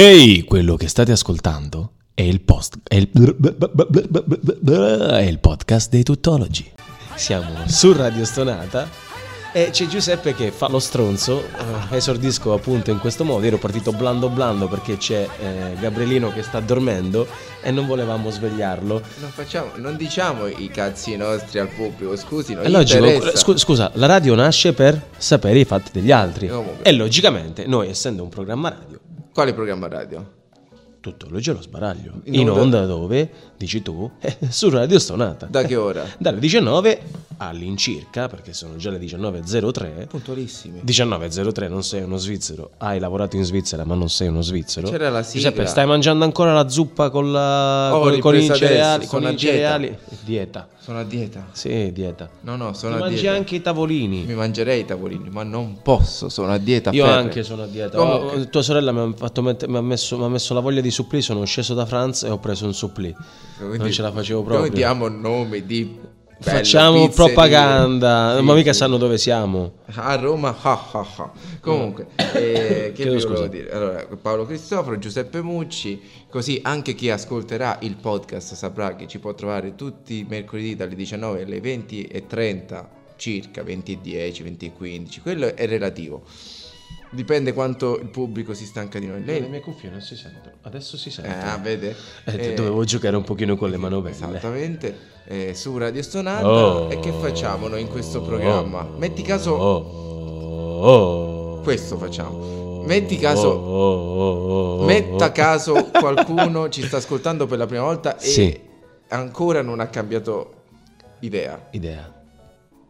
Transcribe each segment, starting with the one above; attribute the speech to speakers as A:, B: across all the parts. A: Ehi, quello che state ascoltando è il, post, è, il è il podcast dei tuttologi. Siamo su Radio Stonata e c'è Giuseppe che fa lo stronzo, eh, esordisco appunto in questo modo, ero partito blando blando perché c'è eh, Gabrielino che sta dormendo e non volevamo svegliarlo.
B: Non, facciamo, non diciamo i cazzi nostri al pubblico, scusi, non
A: È logico,
B: interessa.
A: scu- scusa, la radio nasce per sapere i fatti degli altri
B: No, vabbè.
A: e logicamente noi essendo un programma radio
B: Quale programma radio?
A: Tuttologia lo sbaraglio.
B: In
A: In,
B: onda-
A: onda... dove? Dici tu? eh, su Radio Stonata.
B: Da che ora?
A: Dalle 19 all'incirca, perché sono già le 19.03.
B: Puntualissimi.
A: 19.03, non sei uno svizzero. Hai lavorato in Svizzera, ma non sei uno svizzero.
B: C'era la sigla.
A: Giuseppe, stai mangiando ancora la zuppa con, la...
B: Oh,
A: con, con i
B: ripresa adesso,
A: cereali?
B: sono
A: Con
B: a
A: i
B: dieta.
A: cereali. Dieta.
B: Sono a dieta.
A: Sì, dieta.
B: No, no,
A: Ti
B: sono a
A: mangi
B: dieta.
A: anche i tavolini.
B: Mi mangerei i tavolini, ma non posso, sono a dieta.
A: Io
B: ferrea.
A: anche sono a dieta.
B: Comunque.
A: Ho- Tua sorella mi ha, fatto mette- mi ha messo, mi ha messo la voglia di supplì. Sono sceso da Franza e ho preso un supplì.
B: Quindi
A: non ce la facevo
B: Noi
A: proprio.
B: diamo nome di... bella
A: Facciamo
B: pizzeria.
A: propaganda.
B: Sì,
A: Ma mica
B: sì.
A: sanno dove siamo.
B: A Roma, ah, ah, ah. Comunque, eh, che
A: Mm. Chiedo
B: vi
A: scusa.
B: volevo dire? Allora, Paolo Cristoforo, Giuseppe Mucci, così anche chi ascolterà il podcast saprà che ci può trovare tutti i mercoledì dalle 19 alle 20 e 30, circa 20 e 10, 20 e 15, quello è relativo. Dipende quanto il pubblico si stanca di noi. Lei...
A: cuffie non si sentono. Adesso si
B: Eh, ah, vede? Eh,
A: dovevo giocare un pochino con le manovelle.
B: Esattamente, eh, su Radio Stonata.
A: Oh.
B: E che facciamo noi in questo programma? Metti caso...
A: Oh.
B: Questo facciamo. Metti caso-
A: oh, oh.
B: Metta caso qualcuno ci sta ascoltando per la prima volta e
A: Sì.
B: ancora non ha cambiato idea.
A: Idea.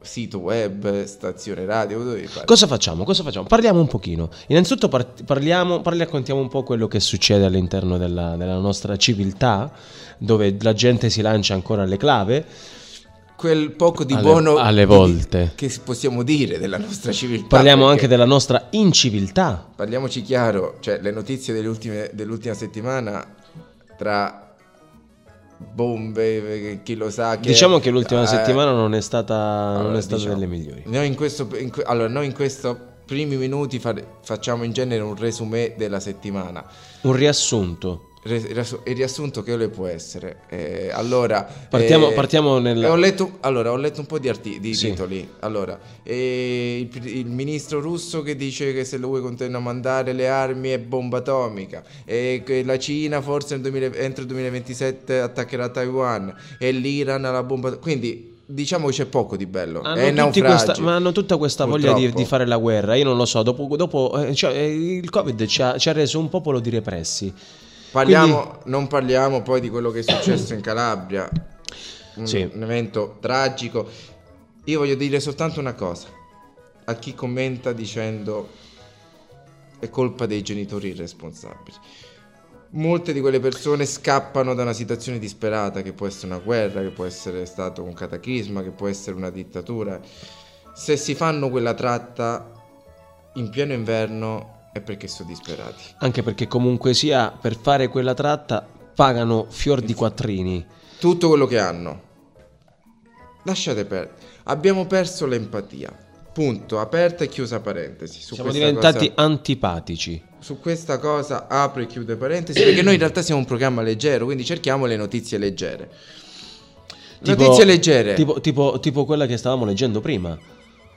B: Sito web, stazione radio, cosa devi fare?
A: Cosa facciamo? Cosa facciamo? Parliamo un pochino. Innanzitutto par- parliamo, parli- raccontiamo un po' quello che succede all'interno della, della nostra civiltà, dove la gente si lancia ancora alle clave.
B: Quel poco di
A: Alle-
B: buono
A: alle
B: di-
A: volte.
B: che si- possiamo dire della nostra civiltà.
A: Parliamo
B: Ah, perché-
A: anche della nostra inciviltà.
B: Parliamoci chiaro, cioè le notizie delle ultime- dell'ultima settimana tra bombe, chi lo sa che
A: diciamo che l'ultima
B: eh,
A: settimana non è stata, non
B: Allora,
A: è stata
B: diciamo,
A: delle migliori.
B: Noi in questo, in que- allora, noi in questi primi minuti fare- facciamo in genere un resumé della settimana.
A: Un riassunto.
B: Re- riassu- il riassunto che le può essere. Eh, allora,
A: Partiamo-
B: eh,
A: partiamo nel-
B: eh, ho letto, allora, ho letto un po' di, arti- di
A: Sì.
B: titoli. Allora, eh, il, pr- il ministro russo che dice che se lui continua a mandare le armi è bomba atomica. E che la Cina forse nel 2000 entro il 2027 attaccherà Taiwan. E l'Iran ha la bomba. Quindi diciamo che c'è poco di bello. è
A: Hanno Ah, tutti
B: naufragio.
A: questa- ma hanno tutta questa voglia di,
B: Purtroppo.
A: di fare la guerra. Io non lo so. Dopo, dopo, eh, cioè, eh, il Covid ci ha, ci ha reso un popolo di repressi.
B: Parliamo, Non parliamo poi di quello che è successo in Calabria, un,
A: Sì.
B: un evento tragico. Io voglio dire soltanto una cosa a chi commenta dicendo è colpa dei genitori irresponsabili. Molte di quelle persone scappano da una situazione disperata, che può essere una guerra, che può essere stato un cataclisma, che può essere una dittatura. Se si fanno quella tratta in pieno inverno è perché sono disperati.
A: Anche perché comunque sia, per fare quella tratta pagano fior di quattrini.
B: tutto quello che hanno. Lasciate perdere. Abbiamo perso l'empatia. Punto, aperta e chiusa parentesi. Su
A: Siamo
B: questa
A: diventati
B: cosa-
A: antipatici.
B: su questa cosa apro e chiudo parentesi perché noi in realtà siamo un programma leggero, quindi cerchiamo le notizie leggere.
A: Tipo-
B: notizie leggere.
A: Tipo, tipo- tipo quella che stavamo leggendo prima.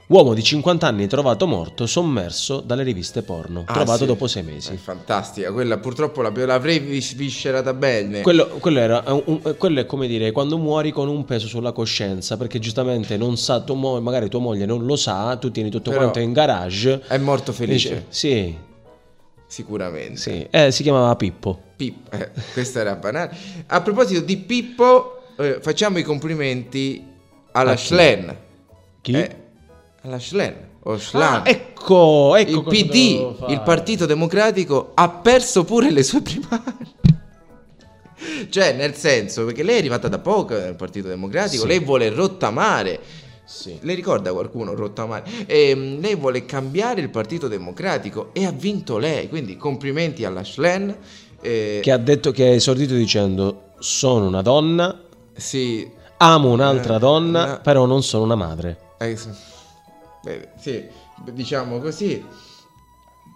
A: Uomo di 50 anni trovato morto, sommerso dalle riviste porno.
B: Ah,
A: trovato
B: sì.
A: dopo sei
B: È
A: mesi.
B: fantastica, quella purtroppo l'abbia- l'avrei vis- viscerata bene.
A: Quello, quello era un- un- quello è come dire quando muori con un peso sulla coscienza perché giustamente non sa, tua mo- magari tua moglie non lo sa, tu tieni tutto
B: Però-
A: quanto in garage.
B: È morto felice,
A: Dice, sì,
B: sicuramente.
A: sì. Eh, si chiamava Pippo.
B: Pippo, eh, questa era banale. A proposito di Pippo, eh, facciamo i complimenti alla
A: A chi?
B: Schlen.
A: Chi?
B: Eh, alla Schlen. O Schlan.
A: Ah, ecco, ecco cosa
B: il
A: dovevo
B: PD,
A: fare.
B: il Partito Democratico, ha perso pure le sue primarie. Cioè, nel senso, perché lei è arrivata da poco nel Partito Democratico,
A: Sì.
B: lei vuole rottamare.
A: Sì.
B: Le ricorda qualcuno rottamare? Ehm, lei vuole cambiare il Partito Democratico e ha vinto lei, quindi complimenti alla Schlen. eh,
A: Che ha detto che ha esordito dicendo: Sono una donna,
B: Sì,
A: amo un'altra
B: Eh,
A: donna,
B: una-
A: però non sono una madre.
B: eh, s- beh, sì, diciamo così.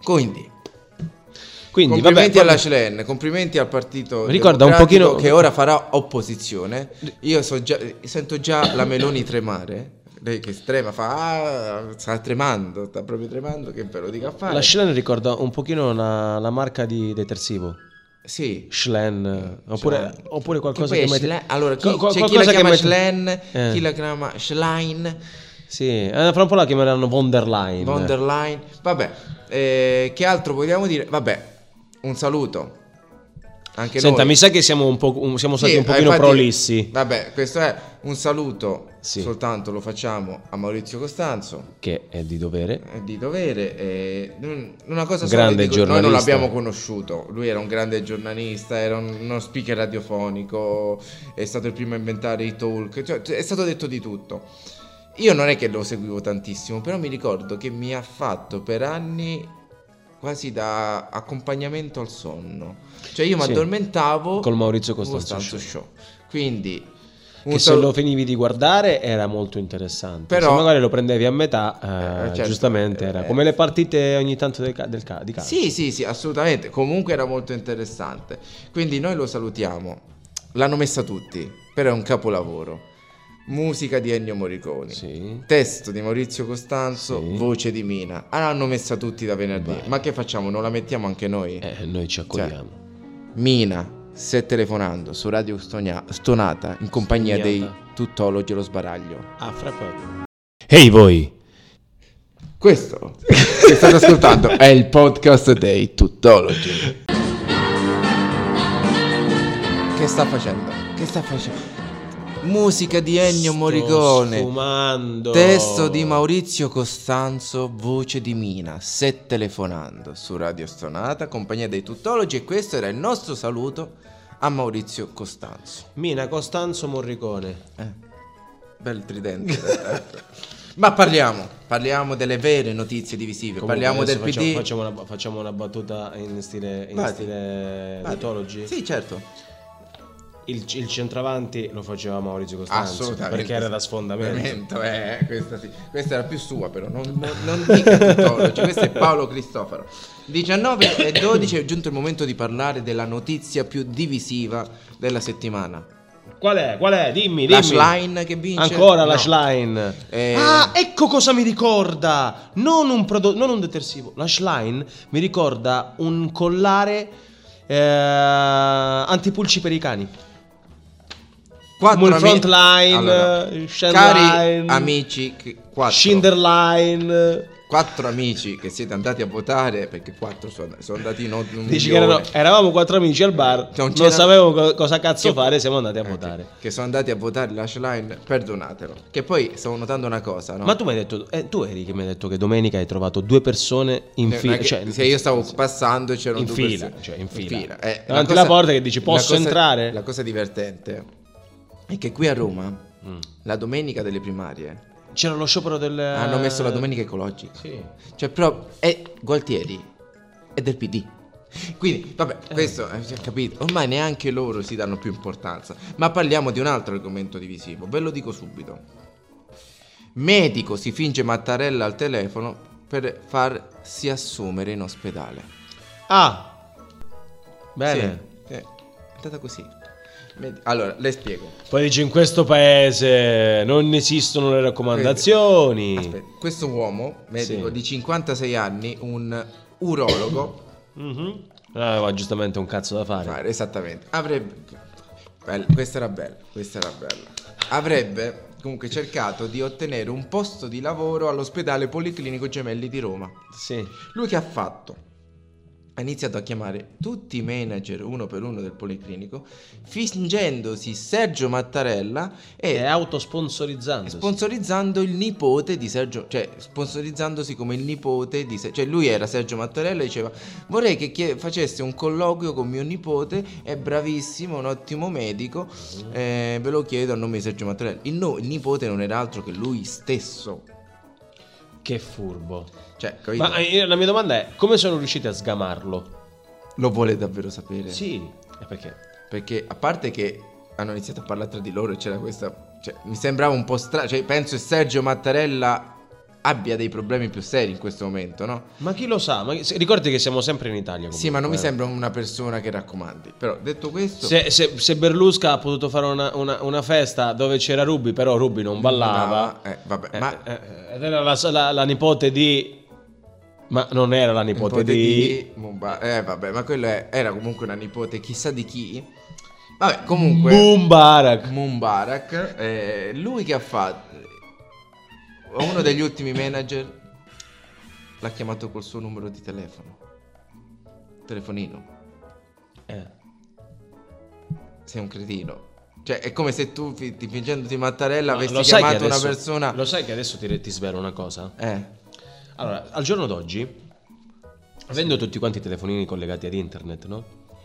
B: Quindi,
A: Quindi,
B: complimenti
A: vabbè,
B: alla
A: vabbè.
B: CLN, complimenti al partito
A: Ricorda un
B: Democratico
A: pochino-
B: che ora farà opposizione. Io so già- sento già la Meloni tremare. Lei che trema fa "Ah", sta tremando, sta proprio tremando, che ve lo dica a fare.
A: La Schlen ricorda un pochino una- la marca di detersivo.
B: sì. Cioè,
A: Schlen, eh, oppure,
B: Schlen.
A: oppure qualcosa
B: Che
A: che,
B: poi
A: mette-
B: Schlen- allora, chi,
A: co- co-
B: c'è chi
A: qualcosa
B: la
A: che
B: chiama
A: mette-
B: Schlen,
A: Eh,
B: chi la chiama Schlein,
A: Sì, eh, fra un po' la chiameranno Von der Leyen.
B: von der Leyen. Vabbè, eh, che altro vogliamo dire? Vabbè, un saluto. Anche
A: Senta,
B: noi.
A: mi sa che siamo, un po', un- siamo stati
B: Sì, eh,
A: un pochino
B: infatti-
A: prolissi.
B: Vabbè, questo è un saluto,
A: Sì.
B: soltanto lo facciamo a Maurizio Costanzo,
A: Che è di dovere.
B: è eh, di dovere. e un- una cosa
A: Grande
B: sola, vi dico, noi non
A: giornalista.
B: l'abbiamo conosciuto, lui era un grande giornalista, era un- uno speaker radiofonico, è stato il primo a inventare i talk, cioè, è stato detto di tutto. Io non è che lo seguivo tantissimo, però mi ricordo che mi ha fatto per anni quasi da accompagnamento al sonno. Cioè io mi
A: Sì.
B: addormentavo
A: Col Maurizio
B: con
A: Costanzo
B: Costanzo
A: Show.
B: Show. Quindi un
A: Che se
B: saluto-
A: lo finivi di guardare era molto interessante.
B: Però-
A: se magari lo prendevi a metà, eh,
B: Eh, certo,
A: giustamente
B: eh,
A: era
B: eh.
A: come le partite ogni tanto del ca- del ca- di calcio.
B: Sì, sì, sì, assolutamente. Comunque era molto interessante. Quindi noi lo salutiamo. L'hanno messa tutti, però è un capolavoro. Musica di Ennio Morricone.
A: Sì.
B: Testo di Maurizio Costanzo,
A: Sì.
B: voce di Mina. Ah, L'hanno messa tutti da venerdì.
A: Beh.
B: Ma che facciamo? Non la mettiamo anche noi?
A: Eh, noi ci accogliamo.
B: Mina stai telefonando su Radio Stonia- Stonata in compagnia
A: Stonata.
B: dei tuttologi e lo sbaraglio.
A: Ah, fra poco. Ehi voi!
B: Questo che state ascoltando è il podcast dei tuttologi. Che sta facendo? Che sta facendo? Musica di Ennio
A: Sto
B: Morricone.
A: Sfumando.
B: Testo di Maurizio Costanzo, voce di Mina, se telefonando su Radio Stonata, compagnia dei tuttologi e questo era il nostro saluto a Maurizio Costanzo.
A: Mina Costanzo Morricone.
B: Eh, bel tridente. in realtà. Ma parliamo, parliamo delle vere notizie divisive,
A: Comunque
B: parliamo del
A: adesso facciamo,
B: PD.
A: Facciamo una, facciamo una battuta in stile, in
B: Vai.
A: stile
B: Vale.
A: Dotology.
B: Sì, certo.
A: Il, il centravanti lo faceva Maurizio Costanzo perché era da sfondamento.
B: Sfondamento, eh, questa, sì. Questa era più sua, però. Non, non, non dica tuttologi. Questo è Paolo Cristoforo. 19 e 12 è giunto il momento di parlare della notizia più divisiva della settimana.
A: Qual è? Qual è? Dimmi, dimmi.
B: La Schlein che vince.
A: Ancora la
B: No.
A: Schlein.
B: Eh.
A: Ah, ecco cosa mi ricorda. Non un prodotto, non un detersivo. La Schlein mi ricorda un collare eh, antipulci per i cani.
B: Quattro
A: Come il
B: ami-
A: Frontline,
B: Allora,
A: eh,
B: cari
A: Schenlein,
B: amici, che- quattro,
A: Schinderline.
B: quattro amici che siete andati a votare perché quattro sono, sono andati in od- un
A: Dici che
B: milione.
A: erano- eravamo quattro amici al bar,
B: Non
A: non,
B: c'era-
A: sapevamo co- cosa cazzo
B: Che-
A: fare, siamo andati a
B: Eh,
A: votare.
B: Che, che sono andati a votare la Schlein, perdonatelo. Che poi stavo notando una cosa, no?
A: Ma tu mi hai detto, eh, tu eri che mi hai detto che domenica hai trovato due persone in
B: Eh,
A: fila.
B: perché
A: cioè,
B: se io stavo passando c'erano
A: in
B: due
A: fila,
B: persone.
A: cioè, in fila.
B: Eh,
A: Davanti alla porta che dici,
B: la
A: "Posso
B: cosa-
A: entrare?"
B: La cosa divertente è che qui a Roma,
A: Mm.
B: la domenica delle primarie,
A: C'era lo sciopero del.
B: hanno messo la domenica ecologica.
A: Sì.
B: Cioè, però è Gualtieri è del PD. Quindi, vabbè, questo eh, si è capito. Ormai neanche loro si danno più importanza. Ma parliamo di un altro argomento divisivo, ve lo dico subito. Medico si finge Mattarella al telefono per farsi assumere in ospedale.
A: Ah, bene.
B: Sì, eh, è andata così. Med- Allora, le spiego.
A: Poi dici in questo paese non esistono le raccomandazioni.
B: Eh, Aspetta, questo uomo, medico
A: Sì.
B: di 56 anni, un urologo,
A: Mhm. Aveva giustamente un cazzo da fare.
B: fare, Cioè, esattamente. Avrebbe. Bella, questa era bella, questa era bella. Avrebbe comunque cercato di ottenere un posto di lavoro all'ospedale Policlinico Gemelli di Roma.
A: Sì.
B: Lui che ha fatto? Ha iniziato a chiamare tutti i manager uno per uno del Policlinico, fingendosi Sergio Mattarella
A: E
B: e
A: autosponsorizzandosi.
B: sponsorizzando il nipote di Sergio, cioè sponsorizzandosi come il nipote di Sergio, cioè lui era Sergio Mattarella e diceva vorrei che chie- facesse un colloquio con mio nipote, è bravissimo, un ottimo medico,
A: Mm.
B: eh, ve lo chiedo a nome di Sergio Mattarella. Il, no- il nipote non era altro che lui stesso.
A: che furbo.
B: Cioè, capito?
A: Ma eh, la mia domanda è: come sono riusciti a sgamarlo?
B: lo vuole davvero sapere?
A: Sì. E perché?
B: Perché a parte che hanno iniziato a parlare tra di loro e c'era questa... Cioè, mi sembrava un po' strano, cioè penso Sergio Mattarella abbia dei problemi più seri in questo momento, no?
A: Ma chi lo sa? Ma se- ricordi che siamo sempre in Italia. Comunque,
B: Sì, ma non mi
A: eh.
B: sembra una persona che raccomandi. Però detto questo,
A: Se, se- se Berlusca ha potuto fare una, una- una festa dove c'era Ruby, però Ruby non ballava.
B: Eh, vabbè,
A: Eh,
B: ma
A: eh, ed era la, la- la nipote di. Ma non era la nipote,
B: nipote
A: di.
B: di Mumba- Eh, vabbè, ma quello è- era comunque una nipote chissà di chi. Vabbè, comunque
A: Mubarak.
B: Mumbarak, eh, lui che ha fatto uno degli ultimi manager l'ha chiamato col suo numero di telefono. Telefonino.
A: Eh.
B: Sei un cretino. Cioè, è come se tu fi- ti fingendoti Mattarella
A: Ma
B: avessi
A: lo sai che
B: chiamato una
A: adesso-
B: persona
A: Lo sai che adesso ti, ti svelo una cosa?
B: eh,
A: Allora, al giorno d'oggi, avendo tutti quanti i telefonini collegati ad internet, no?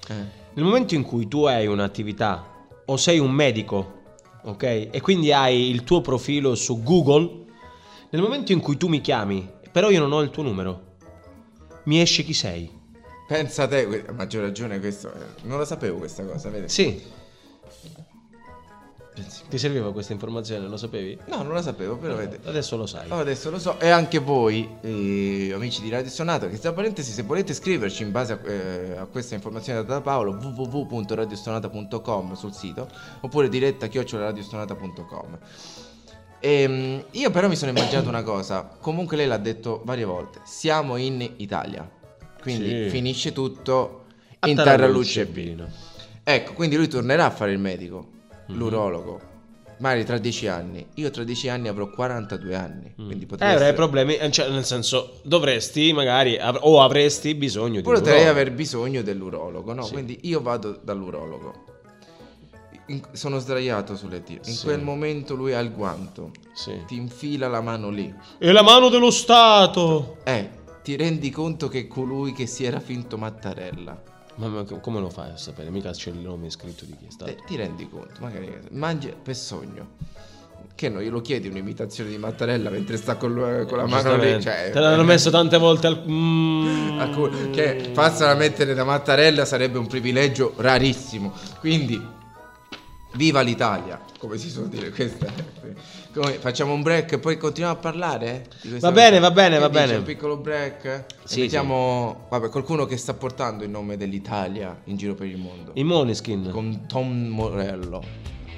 B: eh,
A: Nel momento in cui tu hai un'attività o sei un medico, ok? E quindi hai il tuo profilo su Google, nel momento in cui tu mi chiami, però io non ho il tuo numero, mi esce chi sei.
B: Pensa te, que- a maggior ragione questo, eh, non lo sapevo questa cosa, vedi?
A: Sì,
B: Pensi-
A: ti serviva questa informazione, lo sapevi?
B: No, non lo sapevo, però vedi.
A: Adesso lo sai.
B: Oh, adesso lo so, e anche voi, eh, amici di Radio Stonata, che tra parentesi, se volete scriverci in base a, eh, a questa informazione data da Paolo, www.radiostonata.com sul sito, oppure diretta a chiocciolaradiostonata.com. Ehm, io però mi sono immaginato una cosa, comunque lei l'ha detto varie volte, siamo in Italia, quindi
A: Sì.
B: finisce tutto
A: A
B: in terra
A: Tarallucce
B: luce e vino. Ecco, quindi lui tornerà a fare il medico,
A: Mhm.
B: l'urologo. Magari tra 10 anni. Io tra 10 anni avrò 42 anni. Quindi
A: eh,
B: potrei
A: avrai
B: essere-
A: problemi, eh, cioè, nel senso, dovresti magari, av- o avresti bisogno di... un
B: potrei
A: urologo.
B: aver bisogno dell'urologo, no?
A: Sì.
B: Quindi io vado dall'urologo. In- Sono sdraiato sulle tiro. In
A: Sì.
B: quel momento lui ha il guanto.
A: Sì.
B: Ti infila la mano lì.
A: E la mano dello Stato!
B: Eh, ti rendi conto che è colui che si era finto Mattarella.
A: Ma, ma co- come lo fai a sapere? Mica c'è il nome scritto di chi è stato.
B: Eh, ti rendi conto, magari mangi per sogno. Che non glielo chiedi un'imitazione di Mattarella mentre sta con, lo- con la mano lì.
A: Eh, Giustamente.
B: Cioè,
A: Te l'hanno messo tante volte al... Mm.
B: a cu- Che farsela mettere da Mattarella sarebbe un privilegio rarissimo. Quindi, viva l'Italia! Come si suol dire questa. è- Come- facciamo un break e poi continuiamo a parlare? eh, di questa
A: Va bene,
B: cosa?
A: va bene,
B: Che
A: va
B: dici,
A: bene.
B: Un piccolo break. E
A: Sì,
B: mettiamo vabbè, qualcuno che sta portando il nome dell'Italia in giro per il mondo.
A: I Moneskin.
B: Con Tom Morello.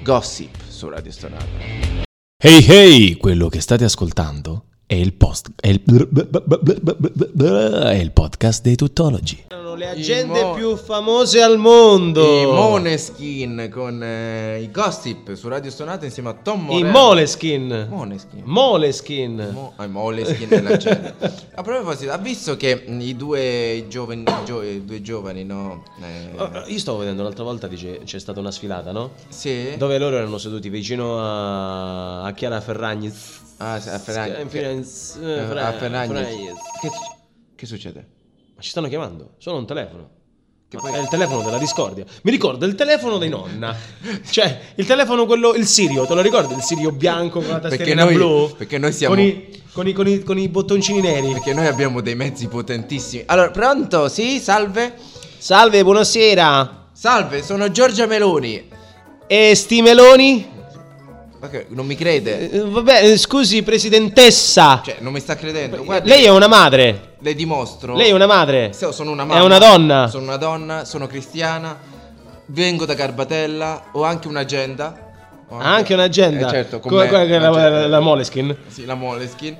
B: Gossip su Radio Stonata.
A: Hey hey! Quello che state ascoltando è il post... è il... è il podcast dei tuttologi. Erano le agende
B: I mo-
A: più famose al mondo.
B: I Moneskin con eh, i Gossip su Radio Stonata insieme a Tom
A: I
B: Morello.
A: Moleskin.
B: Moneskin.
A: Moleskin.
B: Mo- ai Moleskine della gente. A proposito, ha visto che mm, i due giovani, gio- i due giovani no? Eh,
A: Oh, Io stavo vedendo l'altra volta, dice, c'è stata una sfilata, no?
B: sì?
A: Dove loro erano seduti vicino a, a Chiara Ferragni.
B: Ah, sì, a Ferragni.
A: Eh, Firenze-
B: Eh,
A: eh, Fra-
B: a Ferragni.
A: Ferragni.
B: Che, suc- che succede?
A: Ma ci stanno chiamando, sono un telefono.
B: Che
A: Ma
B: poi-
A: È il telefono della discordia. Mi ricordo il telefono di nonna. Cioè, il telefono quello, il Sirio, te lo ricordi? Il Sirio bianco con la
B: Perché
A: tastierina
B: noi-
A: blu?
B: perché noi siamo-
A: Con i, con i- con i- con i bottoncini neri.
B: Perché noi abbiamo dei mezzi potentissimi. Allora, pronto? Sì, salve.
A: Salve, buonasera.
B: Salve, sono Giorgia Meloni.
A: E sti meloni?
B: Ma che- non mi crede.
A: Eh, Vabbè, eh, scusi, presidentessa.
B: Cioè, non mi sta credendo. Guarda,
A: Lei è una madre.
B: le dimostro.
A: Lei è una madre.
B: Se- sono una
A: È
B: mamma.
A: una donna.
B: Sono una donna, sono cristiana, vengo da Garbatella, ho anche un'agenda. Ho
A: Ha anche un'agenda.
B: Eh, certo, con
A: come
B: me,
A: quella che la,
B: un'agenda.
A: la- la Moleskin.
B: Sì, la Moleskin.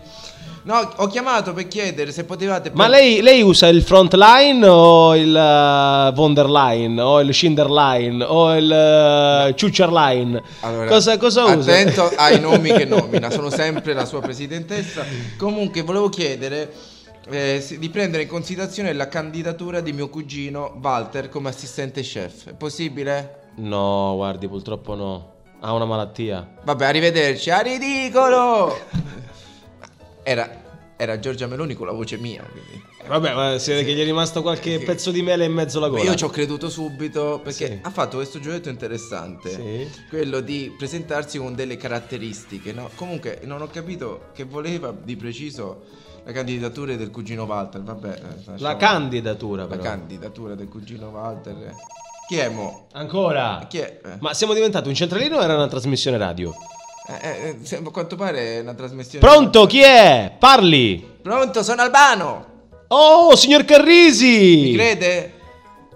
B: No, ho chiamato per chiedere se potevate...
A: Ma lei, lei usa il front line o il eh, von der Leyen o il Schinder line o il eh, Ciucciar line?
B: Allora,
A: cosa, cosa usa?
B: Attento ai nomi che nomina, sono sempre la sua presidentessa. Comunque volevo chiedere eh, se- di prendere in considerazione la candidatura di mio cugino Walter come assistente chef. È possibile?
A: No, guardi, purtroppo no. Ha una malattia.
B: Vabbè, arrivederci. A ridicolo! Era, era Giorgia Meloni con la voce mia, quindi.
A: Eh, Vabbè, ma si vede che gli è rimasto qualche
B: Sì.
A: pezzo di mele in mezzo alla gola.
B: Io ci ho creduto subito perché
A: Sì.
B: ha fatto questo giochetto interessante.
A: Sì.
B: Quello di presentarsi con delle caratteristiche, no? Comunque non ho capito che voleva di preciso la candidatura del cugino Walter. Vabbè, eh,
A: La
B: lasciamo-
A: candidatura,
B: la
A: però.
B: candidatura del cugino Walter. eh. Chi è mo?
A: Ancora.
B: Chi è? Eh,
A: Ma siamo diventati un centralino o era una trasmissione radio?
B: Eh, eh, se- a quanto pare è una trasmissione.
A: Pronto, chi è? Parli!
B: Pronto, sono Albano!
A: Oh, signor Carrisi!
B: Mi crede?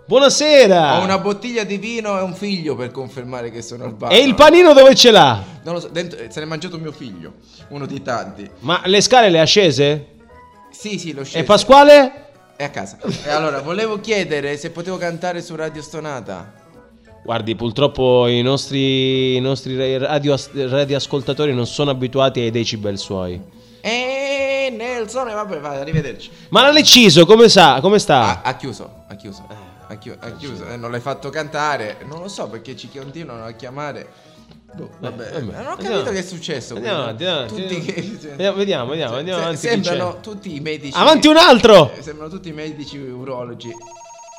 A: Buonasera!
B: Ho una bottiglia di vino e un figlio per confermare che sono Albano.
A: E il panino dove ce l'ha?
B: Non lo so, dentro- eh, se l'è mangiato mio figlio, uno di tanti.
A: Ma le scale le ha scese?
B: Sì, sì, lo
A: E
B: scelgo.
A: Pasquale?
B: È a casa. E allora, volevo chiedere se potevo cantare su Radio Stonata.
A: Guardi, purtroppo i nostri, i nostri ra- radio- radioascoltatori non sono abituati ai decibel suoi.
B: E Nelson, e vabbè, vai, arrivederci.
A: Ma l'ha deciso, come sa? Come
B: Ha,
A: sta?
B: ha chiuso, ha chiuso. Ha, chiu- ha chiuso, Eh, non l'hai fatto cantare. Non lo so perché ci continuano a chiamare. Boh, vabbè,
A: Eh, vabbè.
B: non ho capito
A: Andiamo.
B: che è successo.
A: Andiamo
B: quindi.
A: avanti, andiamo
B: tutti
A: avanti.
B: che-
A: Vediamo- vediamo, vediamo,
B: Se-
A: andiamo
B: se-
A: avanti che
B: Sembrano
A: c'è.
B: tutti i medici.
A: Avanti un altro!
B: Eh, Sembrano tutti i medici urologi.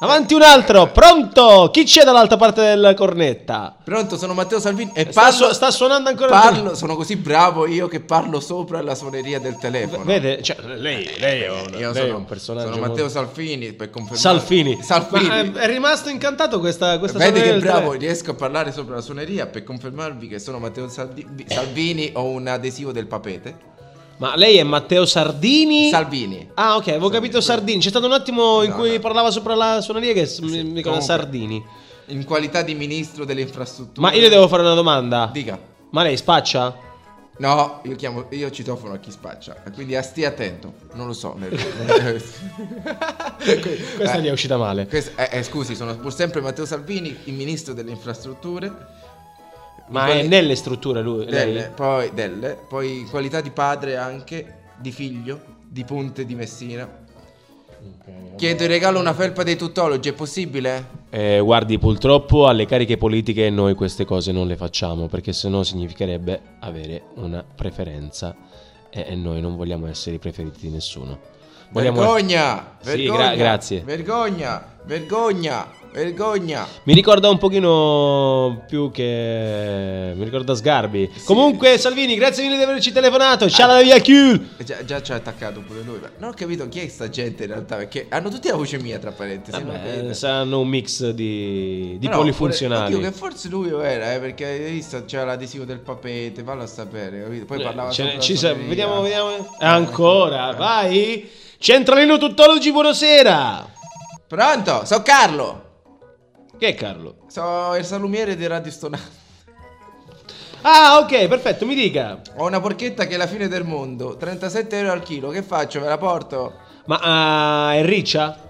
A: Avanti un altro, pronto! Chi c'è dall'altra parte della cornetta?
B: Pronto, sono Matteo Salvini e
A: Sta
B: parlo,
A: su- sta suonando ancora il
B: parlo, sono così bravo io che parlo sopra la suoneria del telefono.
A: Vede, cioè, lei, lei è, un,
B: Io
A: lei è
B: sono,
A: un personaggio.
B: sono Matteo Salfini per confermare.
A: Salfini.
B: Salfini.
A: Ma, eh, è rimasto incantato questa, questa
B: Vedi
A: storia
B: che
A: del
B: bravo,
A: tre.
B: riesco a parlare sopra la suoneria per confermarvi che sono Matteo Saldi- Salvini ho un adesivo del papete.
A: Ma lei è Matteo Sardini?
B: Salvini.
A: Ah, ok, avevo capito Sardini. C'è stato un attimo in
B: No,
A: cui
B: no.
A: parlava sopra la suoneria che s-
B: Sì,
A: mi- mi
B: comunque.
A: Sardini.
B: In qualità di ministro delle infrastrutture.
A: Ma io le devo fare una domanda.
B: Dica.
A: Ma lei spaccia?
B: No, io chiamo, io citofono a chi spaccia. Quindi ah, stia attento. Non lo so. nel-
A: Questa
B: Eh,
A: gli è uscita male.
B: Questo- eh, eh, scusi, sono pur sempre Matteo Salvini, il ministro delle infrastrutture.
A: Ma
B: In
A: è
B: quali-
A: nelle strutture lui,
B: delle,
A: lei?
B: poi delle, poi in qualità di padre anche, di figlio, di Ponte di Messina. Chiedo in regalo una felpa dei tuttologi, è possibile?
A: Eh, guardi, purtroppo alle cariche politiche noi queste cose non le facciamo perché sennò significherebbe avere una preferenza e, e noi non vogliamo essere i preferiti di nessuno. Vogliamo...
B: Vergogna!
A: Sì,
B: vergogna,
A: gra- grazie.
B: Vergogna! Vergogna! Vergogna!
A: Mi ricorda un pochino più che... mi ricorda Sgarbi. Comunque Salvini, grazie mille di averci telefonato. Ciao la via Q!
B: Eh, Già, già ci ha attaccato pure lui. ma Non ho capito chi è sta gente in realtà, perché hanno tutti la voce mia, tra parentesi. non
A: Vabbè,
B: capite?
A: Eh, saranno un mix di, di
B: Però,
A: polifunzionali.
B: Oddio, che forse lui lo era, eh, perché hai visto c'era l'adesivo del papete, vallo a sapere, capito? Poi
A: Eh,
B: parlava
A: ce ne-
B: sopra la eh.
A: ci sa-
B: suoneria.
A: Vediamo, vediamo. Ancora, vai. Centralino Tuttologi, buonasera.
B: Pronto? So Carlo!
A: Che è Carlo?
B: So il salumiere di Radio Stonata.
A: Ah, ok, perfetto, mi dica.
B: Ho una porchetta che è la fine del mondo, 37 euro al chilo, che faccio? Me la porto?
A: Ma ah, è riccia?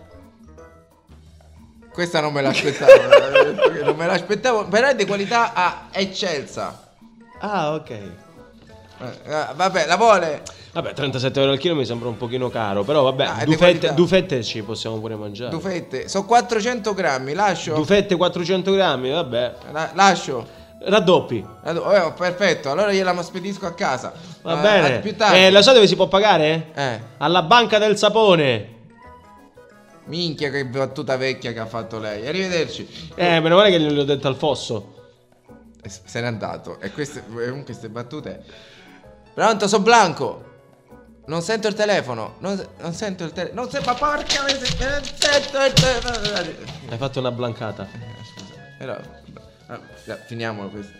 B: Questa non me l'aspettavo, veramente, non me l'aspettavo, però è di qualità a eccelsa.
A: Ah, ok.
B: Eh, eh, vabbè, la vuole?
A: Vabbè, 37 euro al chilo mi sembra un pochino caro, però
B: Ah,
A: vabbè,
B: è di
A: due
B: qualità.
A: fette, due fette ci possiamo pure mangiare. Due
B: Dufette, so 400 grammi, lascio?
A: fette 400 grammi, vabbè.
B: La- lascio?
A: Raddoppi.
B: Allora, eh, oh, perfetto, allora gliela spedisco a casa.
A: Va
B: Eh,
A: bene.
B: a- Più tardi.
A: Eh, lo so dove si può pagare?
B: Eh,
A: Alla banca del sapone.
B: minchia che battuta vecchia che ha fatto lei. Arrivederci.
A: Eh, meno male che gliel'ho detto al fosso.
B: E s- Se n'è andato. E queste, eh, queste battute... Pronto, sono Blanco. Non sento il telefono. Non, se- non sento il telefono. Non sento... Ma porca... miseria, Non sento il telefono.
A: Hai fatto una blancata.
B: Eh, scusa. Però... eh, dai, Finiamolo questo.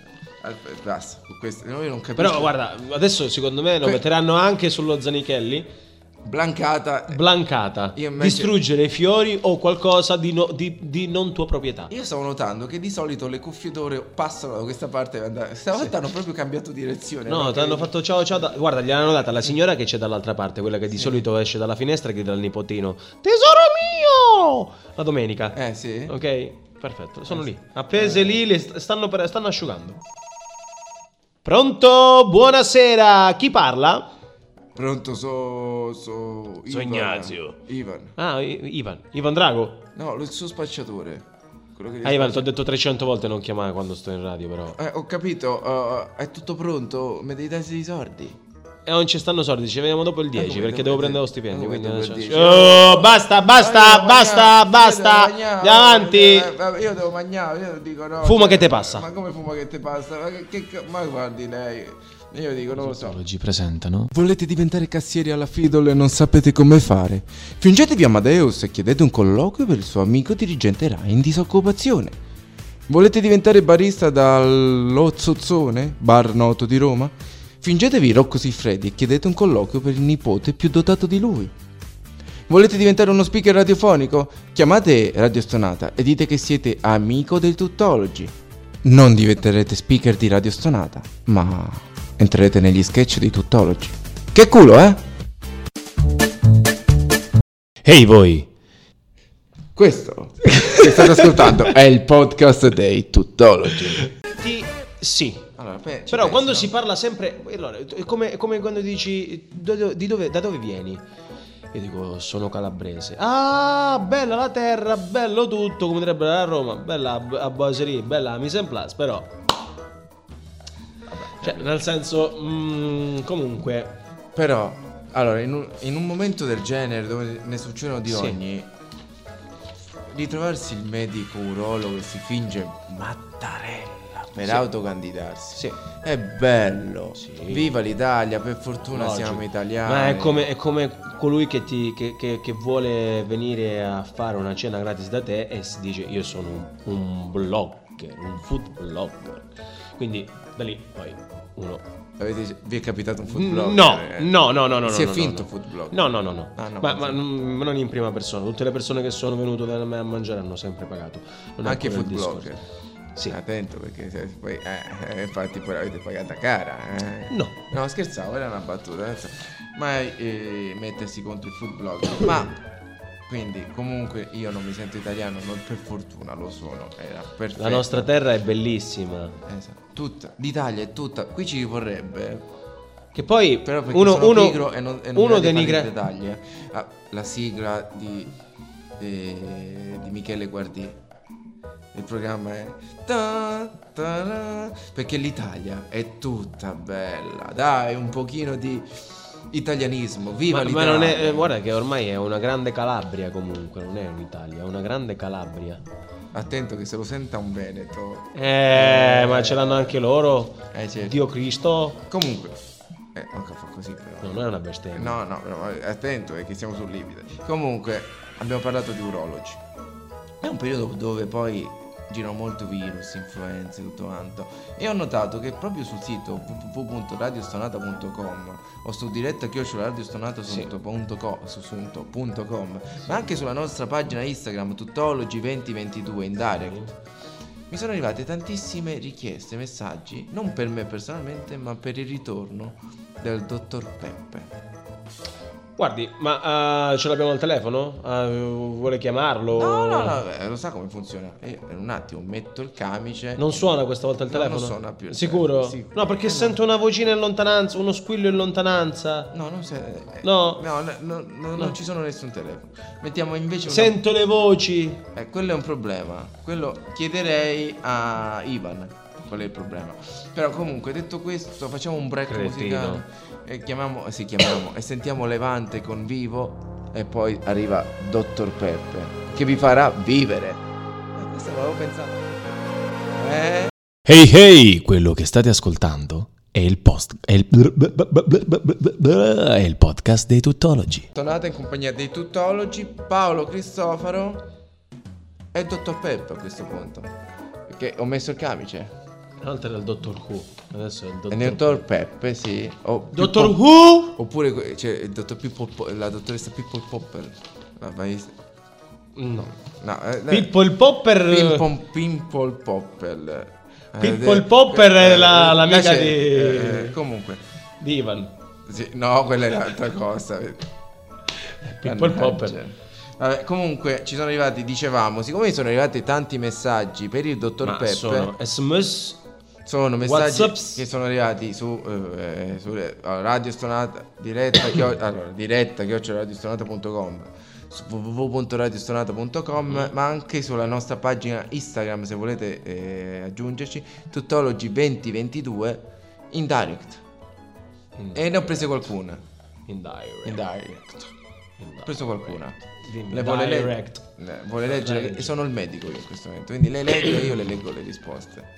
B: Aspetta, Basta. con questo- no, io non capisco.
A: Però guarda, adesso secondo me lo
B: Que-
A: metteranno anche sullo Zanichelli.
B: Blancata...
A: Blancata.
B: Io invece-
A: Distruggere i fiori o qualcosa di, no- di- di non tua proprietà.
B: Io stavo notando che di solito le cuffie d'ore passano da questa parte e andare. Stavolta hanno proprio cambiato direzione.
A: No, ti hanno fatto ciao ciao. da- Guarda, gliel'hanno data la signora che c'è dall'altra parte, quella che di solito esce dalla finestra e grida al nipotino: Tesoro mio! La domenica.
B: Eh sì. Eh.
A: Ok, perfetto, sono lì. Appese lì, le st- stanno, per- stanno asciugando. Pronto? Buonasera, chi parla?
B: Pronto, so. So. Ivan.
A: Ignazio.
B: Ivan.
A: Ah, I- Ivan. Ivan Drago.
B: No, lo suo spacciatore. Quello che gli
A: Ah, Ivan, ti
B: spaccia-
A: ho detto 300 volte non chiamare quando sto in radio, però.
B: Eh, ho capito, eh, è tutto pronto. Mi devi dare i soldi.
A: E non ci stanno soldi, ci vediamo dopo il 10
B: come
A: perché
B: dopo
A: devo prendere
B: il
A: lo
B: 10?
A: stipendio.
B: Come
A: Quindi
B: dopo
A: non
B: il
A: c'è-
B: 10?
A: Oh, basta, basta,
B: Ah, Io devo
A: basta, basta.
B: mangiare, io devo mangiare,
A: Andiamo avanti.
B: eh, vabbè, Io devo mangiare, io dico no.
A: Fuma
B: cioè,
A: che te passa.
B: Ma come fuma che te passa? Ma, che, che ca- ma guardi lei. Io dico, non lo so.
A: Oggi presentano.
B: Volete diventare cassieri alla Fidol e non sapete come fare? Fingetevi Amadeus e chiedete un colloquio per il suo amico dirigente Rai in disoccupazione. Volete diventare barista dallo Zozzone, bar noto di Roma? Fingetevi Rocco Siffredi e chiedete un colloquio per il nipote più dotato di lui. Volete diventare uno speaker radiofonico? Chiamate Radio Stonata e dite che siete amico del Tuttology. Non diventerete speaker di Radio Stonata, ma entrerete negli sketch di Tuttology. Che culo, eh?
A: Ehi voi!
B: Questo che state ascoltando è il podcast dei Tuttology.
A: Ti... Sì.
B: Allora, pe- Eh, ci
A: Però
B: penso,
A: quando
B: no?
A: si parla sempre... allora, è come, è come quando dici "Do- di dove- da dove vieni? Io dico sono calabrese. Ah, bella la terra, bello tutto, come direbbero a Roma, bella a a Boiserie, bella a mise en place, però... Cioè, nel senso... mm, comunque...
B: Però, allora, in un, in un momento del genere dove ne succedono di
A: Sì.
B: ogni, ritrovarsi il medico urologo che si finge mattarella per autocandidarsi
A: Sì.
B: è bello.
A: Sì.
B: Viva l'Italia, per fortuna
A: No,
B: siamo
A: giù.
B: italiani.
A: Ma è come, è come colui che, ti- che- che- che vuole venire a fare una cena gratis da te e si dice io sono un, un blogger, un food blogger. Quindi da lì poi uno...
B: Avete- vi è capitato un food blog?
A: no, no, no, no, no.
B: Si è
A: no, no,
B: finto
A: no.
B: food blog.
A: No, no, no, no.
B: Ah, no,
A: ma, ma
B: penso-
A: non ma non in prima persona. Tutte le persone che sono venute da me a mangiare hanno sempre pagato. Non è
B: Anche i
A: quello
B: food
A: il discorso.
B: blogger. Eh,
A: Sì.
B: Attento perché se- poi, eh, eh, infatti poi l'avete pagata cara. eh.
A: No.
B: No, scherzavo, era una battuta. adesso. Ma eh, mettersi contro il food blog. Ma quindi comunque io non mi sento italiano, non per fortuna lo sono. Era perfetto.
A: La nostra terra è bellissima.
B: Esatto. Tutta, l'Italia è tutta. Qui ci vorrebbe.
A: Che poi
B: Però perché
A: uno,
B: sono
A: uno,
B: pigro e non, e non
A: uno
B: mi date
A: denigra...
B: fare i dettagli, eh. Ah, la sigla di, eh, di Michele Guardì. Il programma è ta, ta, ra, perché l'Italia è tutta bella. Dai, un pochino di italianismo. Viva
A: Ma, ma
B: l'Italia.
A: non è, eh, guarda che ormai è una grande Calabria comunque, non è un'Italia, è una grande Calabria.
B: Attento che se lo senta un veneto.
A: Eh, ma ce l'hanno anche loro.
B: Eh, certo.
A: Dio Cristo.
B: Comunque, eh, manca fa così però.
A: No, non è una bestemmia.
B: No, no, però eh, attento perché siamo sul limite. Comunque, abbiamo parlato di urologi. È un periodo dove poi girano molto virus, influenze, tutto quanto. E ho notato che proprio sul sito www.radiostonata.com o su diretta chiocciolaradiostonata.com, su sunto punto com, ma anche sulla nostra pagina Instagram tutologi2022 in direct. Mi sono arrivate tantissime richieste, messaggi, non per me personalmente, ma per il ritorno del dottor Peppe.
A: Guardi, ma eh, ce l'abbiamo al telefono? Eh, vuole chiamarlo?
B: No, no, no,
A: Oh.
B: eh, lo sa come funziona. Io per un attimo metto il camice.
A: Non suona questa volta il
B: No, non
A: telefono?
B: suona più il
A: Sicuro?
B: telefono, sì. Eh,
A: No, perché sento una vocina in lontananza, uno squillo in lontananza.
B: No, non se- eh,
A: No.
B: no, no, no, no, non ci sono nessun telefono. Mettiamo invece. una-
A: Sento le voci.
B: Eh, quello è un problema. Quello chiederei a Ivan. Qual è il problema? Però comunque detto questo, facciamo un break
A: Cretino.
B: musicale. E chiamiamo, sì, chiamiamo e sentiamo Levante con vivo. E poi arriva Dottor Peppe che vi farà vivere. Eh, questo l'avevo pensato. Eh.
A: Hey hey, quello che state ascoltando è il post è il, è il podcast dei tuttologi.
B: Tornata in compagnia dei tuttologi Paolo Cristofaro e Dottor Peppe a questo punto. Perché ho messo il camice.
A: Una volta era il dottor Who, adesso è il
B: E
A: dottor
B: nel Dottor Peppe, sì. o Pippo-
A: Dottor Who?
B: Oppure que- c'è il dottor Pippo Po- la dottoressa Pippo Popper. La mai vista?
A: No.
B: No, eh, eh,
A: Pippo il Popper.
B: Pimpom- Pimple Popper. Eh,
A: Pippo il
B: eh,
A: Popper è
B: eh,
A: la-
B: eh,
A: l'amica
B: c'è,
A: di-
B: eh, comunque.
A: di Ivan.
B: Sì, no, quella è l'altra cosa. Eh,
A: Pippo il
B: Mannaggia.
A: Popper.
B: Vabbè, comunque ci sono arrivati, dicevamo, siccome mi sono arrivati tanti messaggi per il dottor
A: Ma
B: Peppe,
A: sono
B: sono,
A: SMS.
B: messaggi
A: Whatsapps?
B: che sono arrivati su, eh, eh, sulle- allora, Radio Stonata, diretta, chio, allora, diretta chiocciolaradiostonata.com, su www.radiostonata.com, ma anche sulla nostra pagina Instagram se volete eh, aggiungerci, Tuttology 2022 in direct.
A: In,
B: E ne ho prese qualcuna.
A: in direct.
B: In direct.
A: In
B: Ho preso qualcuna.
A: Dimmi,
B: Le vuole, le-
A: direct.
B: Eh, vuole leggere?
A: Direct.
B: Sono il medico io in questo momento, quindi lei legge e io le leggo le risposte.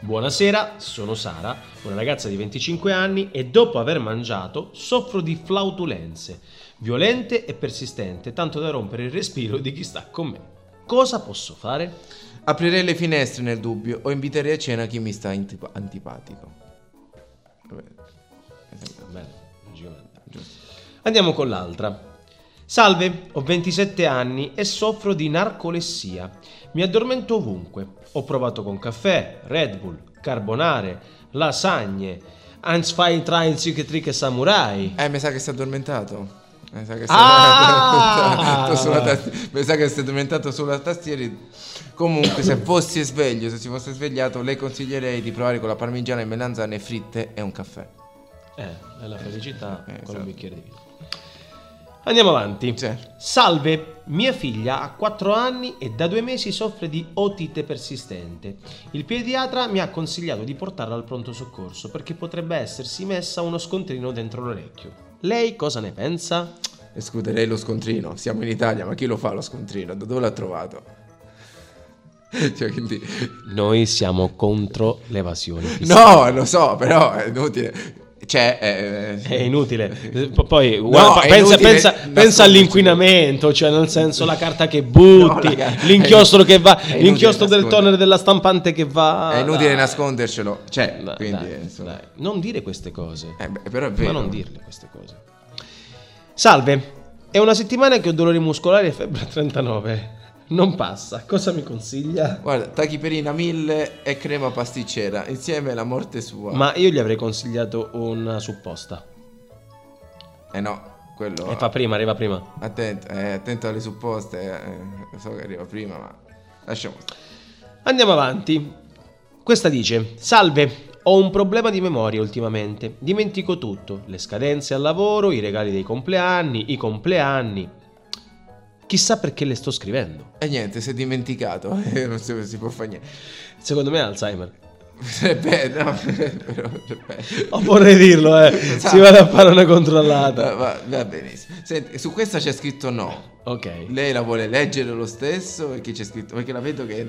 A: Buonasera, sono Sara, una ragazza di 25 anni e dopo aver mangiato soffro di flautulenze, violente e persistente, tanto da rompere il respiro di chi sta con me. Cosa posso fare?
B: Aprirei le finestre nel dubbio o inviterei a cena chi mi sta antip- antipatico. Vabbè, esempio,
C: Bene, logicamente.
B: giusto.
C: Andiamo con l'altra.
A: Salve, ho 27 anni e soffro di narcolessia. Mi addormento ovunque. Ho provato con caffè, Red Bull, carbonare, lasagne, Einstein, Train, Sick Trick e Samurai.
B: Eh, mi sa che si è addormentato. Mi sa che si è
A: Ah!
B: addormentato sulla tast- mi sa che si è addormentato sulla tastiera. Comunque, se fossi sveglio, se si fosse svegliato, le consiglierei di provare con la parmigiana e melanzane fritte e un caffè.
A: Eh, è la felicità
B: Eh,
A: con
B: esatto.
A: un bicchiere di vino. Andiamo avanti.
B: Certo.
A: Salve, mia figlia ha 4 anni e da due mesi soffre di otite persistente. Il pediatra mi ha consigliato di portarla al pronto soccorso perché potrebbe essersi messa uno scontrino dentro l'orecchio. Lei cosa ne pensa?
B: Escluderei lo scontrino. Siamo in Italia, ma chi lo fa lo scontrino? Da dove l'ha trovato? Cioè, quindi...
C: Noi siamo contro l'evasione fiscale.
B: No, lo so, però è inutile. Cioè, eh,
A: È
B: eh,
A: inutile. Eh, po- Poi
B: No,
A: guarda,
B: è
A: pensa,
B: inutile.
A: pensa-
B: Nasconderci.
A: pensa all'inquinamento, cioè nel senso la carta che
B: No,
A: butti,
B: la car-
A: l'inchiostro che va,
B: è inutile
A: l'inchiostro del
B: nascondere.
A: toner della stampante che va.
B: è inutile
A: dai.
B: nascondercelo. Cioè,
A: Dai,
B: quindi...
A: dai,
B: insomma.
A: dai. Non dire queste cose.
B: Eh, beh, però è vero.
A: Ma non dirle queste cose. Salve, è una settimana che ho dolori muscolari e febbre a 39. Non passa, cosa mi consiglia?
B: Guarda, tachiperina 1000 e crema pasticcera, insieme alla morte sua.
A: Ma io gli avrei consigliato una supposta.
B: Eh no, quello...
A: E fa prima, arriva prima.
B: Attento, eh, attento alle supposte, eh, eh, so che arriva prima, ma... Lasciamo stare.
A: Andiamo avanti. Questa dice: Salve, ho un problema di memoria ultimamente. Dimentico tutto: le scadenze al lavoro, i regali dei compleanni, i compleanni. Chissà perché le sto scrivendo.
B: E niente, si è dimenticato, eh, non si, si può fare niente.
A: Secondo me è Alzheimer.
B: Sarebbe, no, però, sarebbe-
A: Oh, vorrei dirlo, eh.
B: Esatto.
A: Si vada a fare una controllata.
B: Va, va- va benissimo. Senti, su questa c'è scritto no.
A: Ok.
B: Lei la vuole leggere lo stesso perché c'è scritto... Perché la vedo che...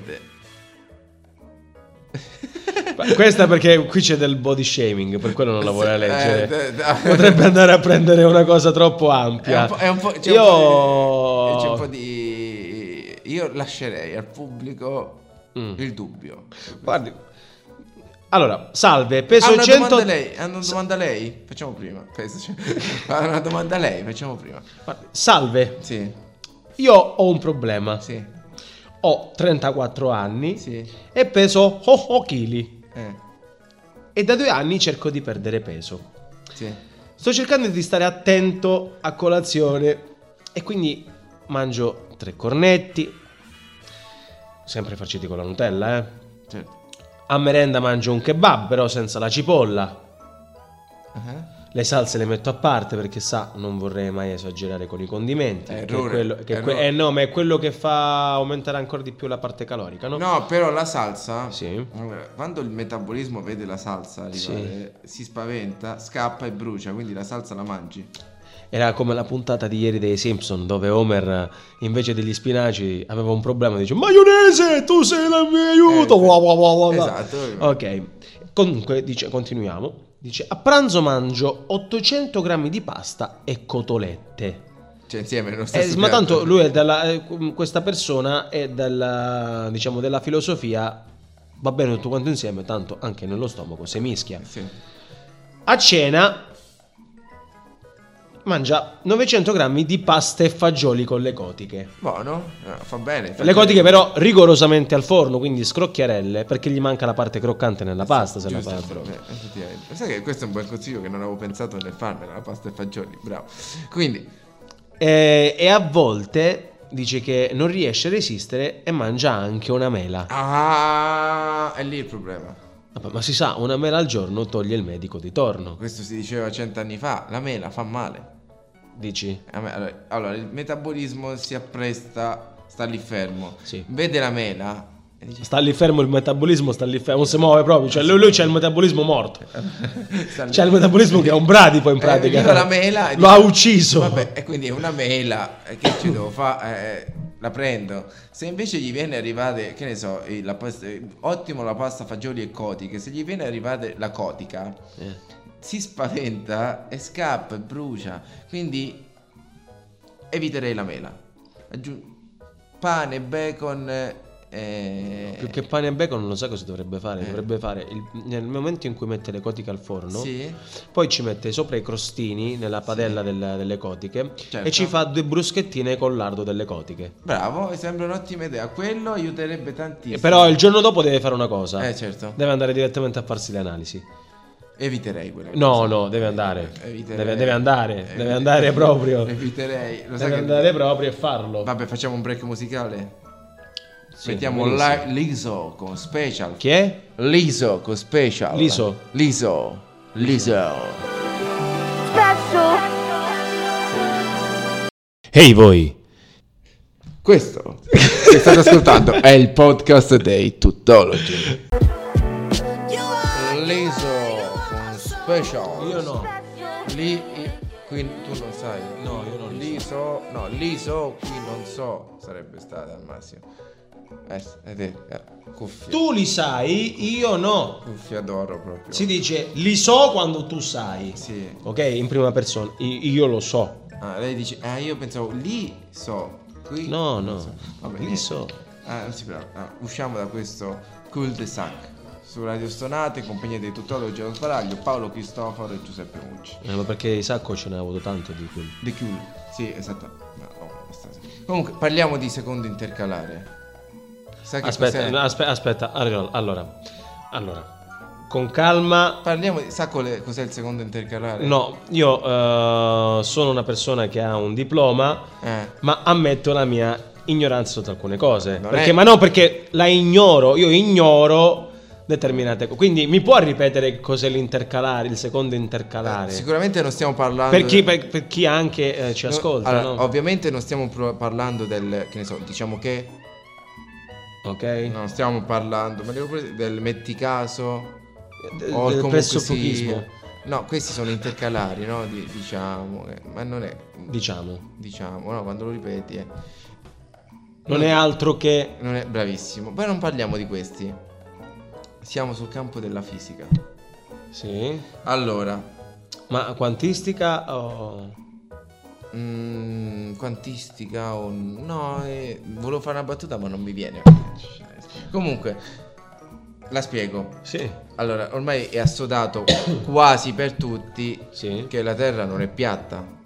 B: è-
A: Questa perché qui c'è del body shaming, per quello non la vorrei
B: Eh,
A: leggere.
B: d- d-
A: Potrebbe andare a prendere una cosa troppo
B: È
A: ampia.
B: un po', è un po'- c'è
A: Io...
B: un po' di- eh, c'è un po' di... Io lascerei al pubblico
A: Mm.
B: il dubbio.
A: Guardi. Allora, salve,
B: Ha
A: peso
B: Ah, una,
A: 100...
B: domanda lei, ha una domanda lei? Facciamo prima. penso, cioè. Ha una domanda lei, facciamo prima.
A: Guardi, Salve,
B: Sì,
A: io ho un problema.
B: sì,
A: Ho 34 anni
B: sì.
A: e peso 8 kg.
B: eh,
A: E da due anni cerco di perdere peso.
B: sì.
A: Sto cercando di stare attento a colazione e quindi mangio tre cornetti, sempre farciti con la Nutella, eh.
B: Certo.
A: A merenda mangio un kebab però senza la cipolla.
B: Ah,
A: Le salse le metto a parte perché sa, non vorrei mai esagerare con i condimenti. che è
B: Errore,
A: quello- che è que-
B: errore.
A: eh no, ma è quello che fa aumentare ancora di più la parte calorica, no?
B: No, però la salsa...
A: Sì.
B: Allora, quando il metabolismo vede la salsa arrivare, si spaventa, scappa e brucia, quindi la salsa la mangi.
A: Era come la puntata di ieri dei Simpson dove Homer eh, invece degli spinaci aveva un problema e dice Maionese, tu sei la mia aiuto!
B: Eh,
A: Bla, bla, bla, bla, bla.
B: esatto.
A: Ok, comunque dice, continuiamo. Dice, a pranzo mangio 800 grammi di pasta e cotolette.
B: Cioè insieme nello
A: Eh,
B: stesso
A: ma
B: piatto.
A: tanto lui è dalla, eh, questa persona è dalla, diciamo, della filosofia, va bene tutto quanto insieme, tanto anche nello stomaco si mischia.
B: Sì.
A: A cena mangia 900 grammi di pasta e fagioli con le cotiche.
B: Buono, eh, fa bene. fa
A: Le cotiche
B: bene.
A: però rigorosamente al forno, quindi scrocchiarelle, perché gli manca la parte croccante nella pasta se la
B: Giusto,
A: fai al
B: sì,
A: forno.
B: eh, effettivamente. Sai che questo è un buon consiglio che non avevo pensato nel farmela, la pasta e fagioli, bravo. Quindi,
A: Eh, E, e a volte dice che non riesce a resistere e mangia anche una mela.
B: ah, è lì il problema.
A: Vabbè, ma si sa, una mela al giorno toglie il medico di torno.
B: Questo si diceva cent'anni fa, la mela fa male.
A: Dici?
B: A me- Allora, allora, il metabolismo si appresta, sta lì fermo.
A: Sì.
B: Vede la mela e dice...
A: Sta lì fermo il metabolismo, sta lì fermo, non si muove proprio. Cioè, lui, lui c'ha il metabolismo morto.
B: sta lì.
A: C'ha Cioè, il metabolismo che è un bradipo in
B: Eh,
A: pratica.
B: viva la mela e
A: Lo
B: dice-
A: ha ucciso.
B: Vabbè, e quindi è una mela eh, che ci devo fare? la prendo. Se invece gli viene arrivate, che ne so, eh, la pasta- eh, ottimo la pasta fagioli e cotiche, se gli viene arrivate la cotica,
A: Eh.
B: si spaventa e scappa e brucia. Quindi eviterei la mela. Aggiu- pane, bacon eh, Eh,
A: Più che pane e bacon non lo sa cosa dovrebbe fare.
B: Eh.
A: Dovrebbe fare il- nel momento in cui mette le cotiche al forno,
B: Sì,
A: poi ci mette sopra i crostini nella padella del- delle cotiche
B: Certo.
A: e ci fa due bruschettine con lardo delle cotiche.
B: bravo, mi sembra un'ottima idea. Quello aiuterebbe tantissimo.
A: E però il giorno dopo deve fare una cosa.
B: Eh, certo.
A: Deve andare direttamente a farsi le analisi.
B: Eviterei quella
A: No,
B: cosa.
A: no, deve andare.
B: Eviterei.
A: Deve, deve andare, deve
B: Eviterei.
A: andare proprio.
B: Eviterei. Lo
A: deve
B: sai che-
A: andare proprio e farlo.
B: Vabbè, facciamo un break musicale.
A: Sì,
B: Mettiamo
A: benissimo.
B: la- l'ISO con special.
A: Chi è?
B: L'ISO con special.
A: L'ISO.
B: L'ISO. L'ISO.
A: Ehi voi!
B: Questo che state ascoltando è il podcast dei Tuttologi. L'ISO con special.
A: Io no.
B: Lì, qui tu non sai.
A: No, io non lo
B: L'ISO, no, l'ISO qui non so sarebbe stata al massimo. Eh, vedete, eh, cuffia.
D: Tu li sai, io no.
B: Cuffia d'oro proprio.
D: Si dice li so quando tu sai.
B: Sì.
A: Ok, in prima persona. I- io lo so.
B: Ah, lei dice, ah, io pensavo lì so, qui
A: No,
B: non
A: no.
B: so. Vabbè,
A: Li
B: niente.
A: so.
B: Ah, non si parla. Ah, usciamo da questo cul de sac. Su Radio Stonate, in compagnia dei tutologi allo sbaraglio, Paolo Cristoforo e Giuseppe Mucci.
A: Eh, ma perché Isacco ce ne ha avuto tanto di quello.
B: The Cure. Sì, esatto. Ma, oh, stas- Comunque, parliamo di secondo intercalare. Sai che
A: Aspetta,
B: cos'è?
A: no, aspe- aspetta, allora, allora, allora, con calma.
B: Parliamo di... Sa qual è- cos'è il secondo intercalare?
A: No, io eh, sono una persona che ha un diploma,
B: Eh.
A: ma ammetto la mia ignoranza sotto alcune cose.
B: Non
A: Perché,
B: è-
A: Ma no, perché la ignoro, io ignoro determinate cose. Quindi mi può ripetere che cos'è l'intercalare, il secondo intercalare?
B: Eh, Sicuramente non stiamo parlando...
A: per, chi, per- per chi anche eh, ci
B: No,
A: ascolta,
B: allora,
A: no?
B: Ovviamente non stiamo pro- parlando del... Che ne so, diciamo che...
A: ok?
B: Non stiamo parlando, ma devo prendere- del metticaso
A: Eh, Del-
B: o
A: del
B: comunque
A: pressopochismo,
B: sia- No, questi sono intercalari, no? Di- diciamo, eh, ma non è
A: diciamo.
B: diciamo, no, quando lo ripeti eh,
A: Non è altro che
B: non è bravissimo. Poi non parliamo di questi. Siamo sul campo della fisica.
A: Sì.
B: Allora,
A: Ma quantistica o...
B: mm, quantistica o no, eh, volevo fare una battuta, ma non mi viene. Comunque la spiego.
A: Sì.
B: Allora, ormai è assodato quasi per tutti
A: Sì.
B: che la Terra non è piatta.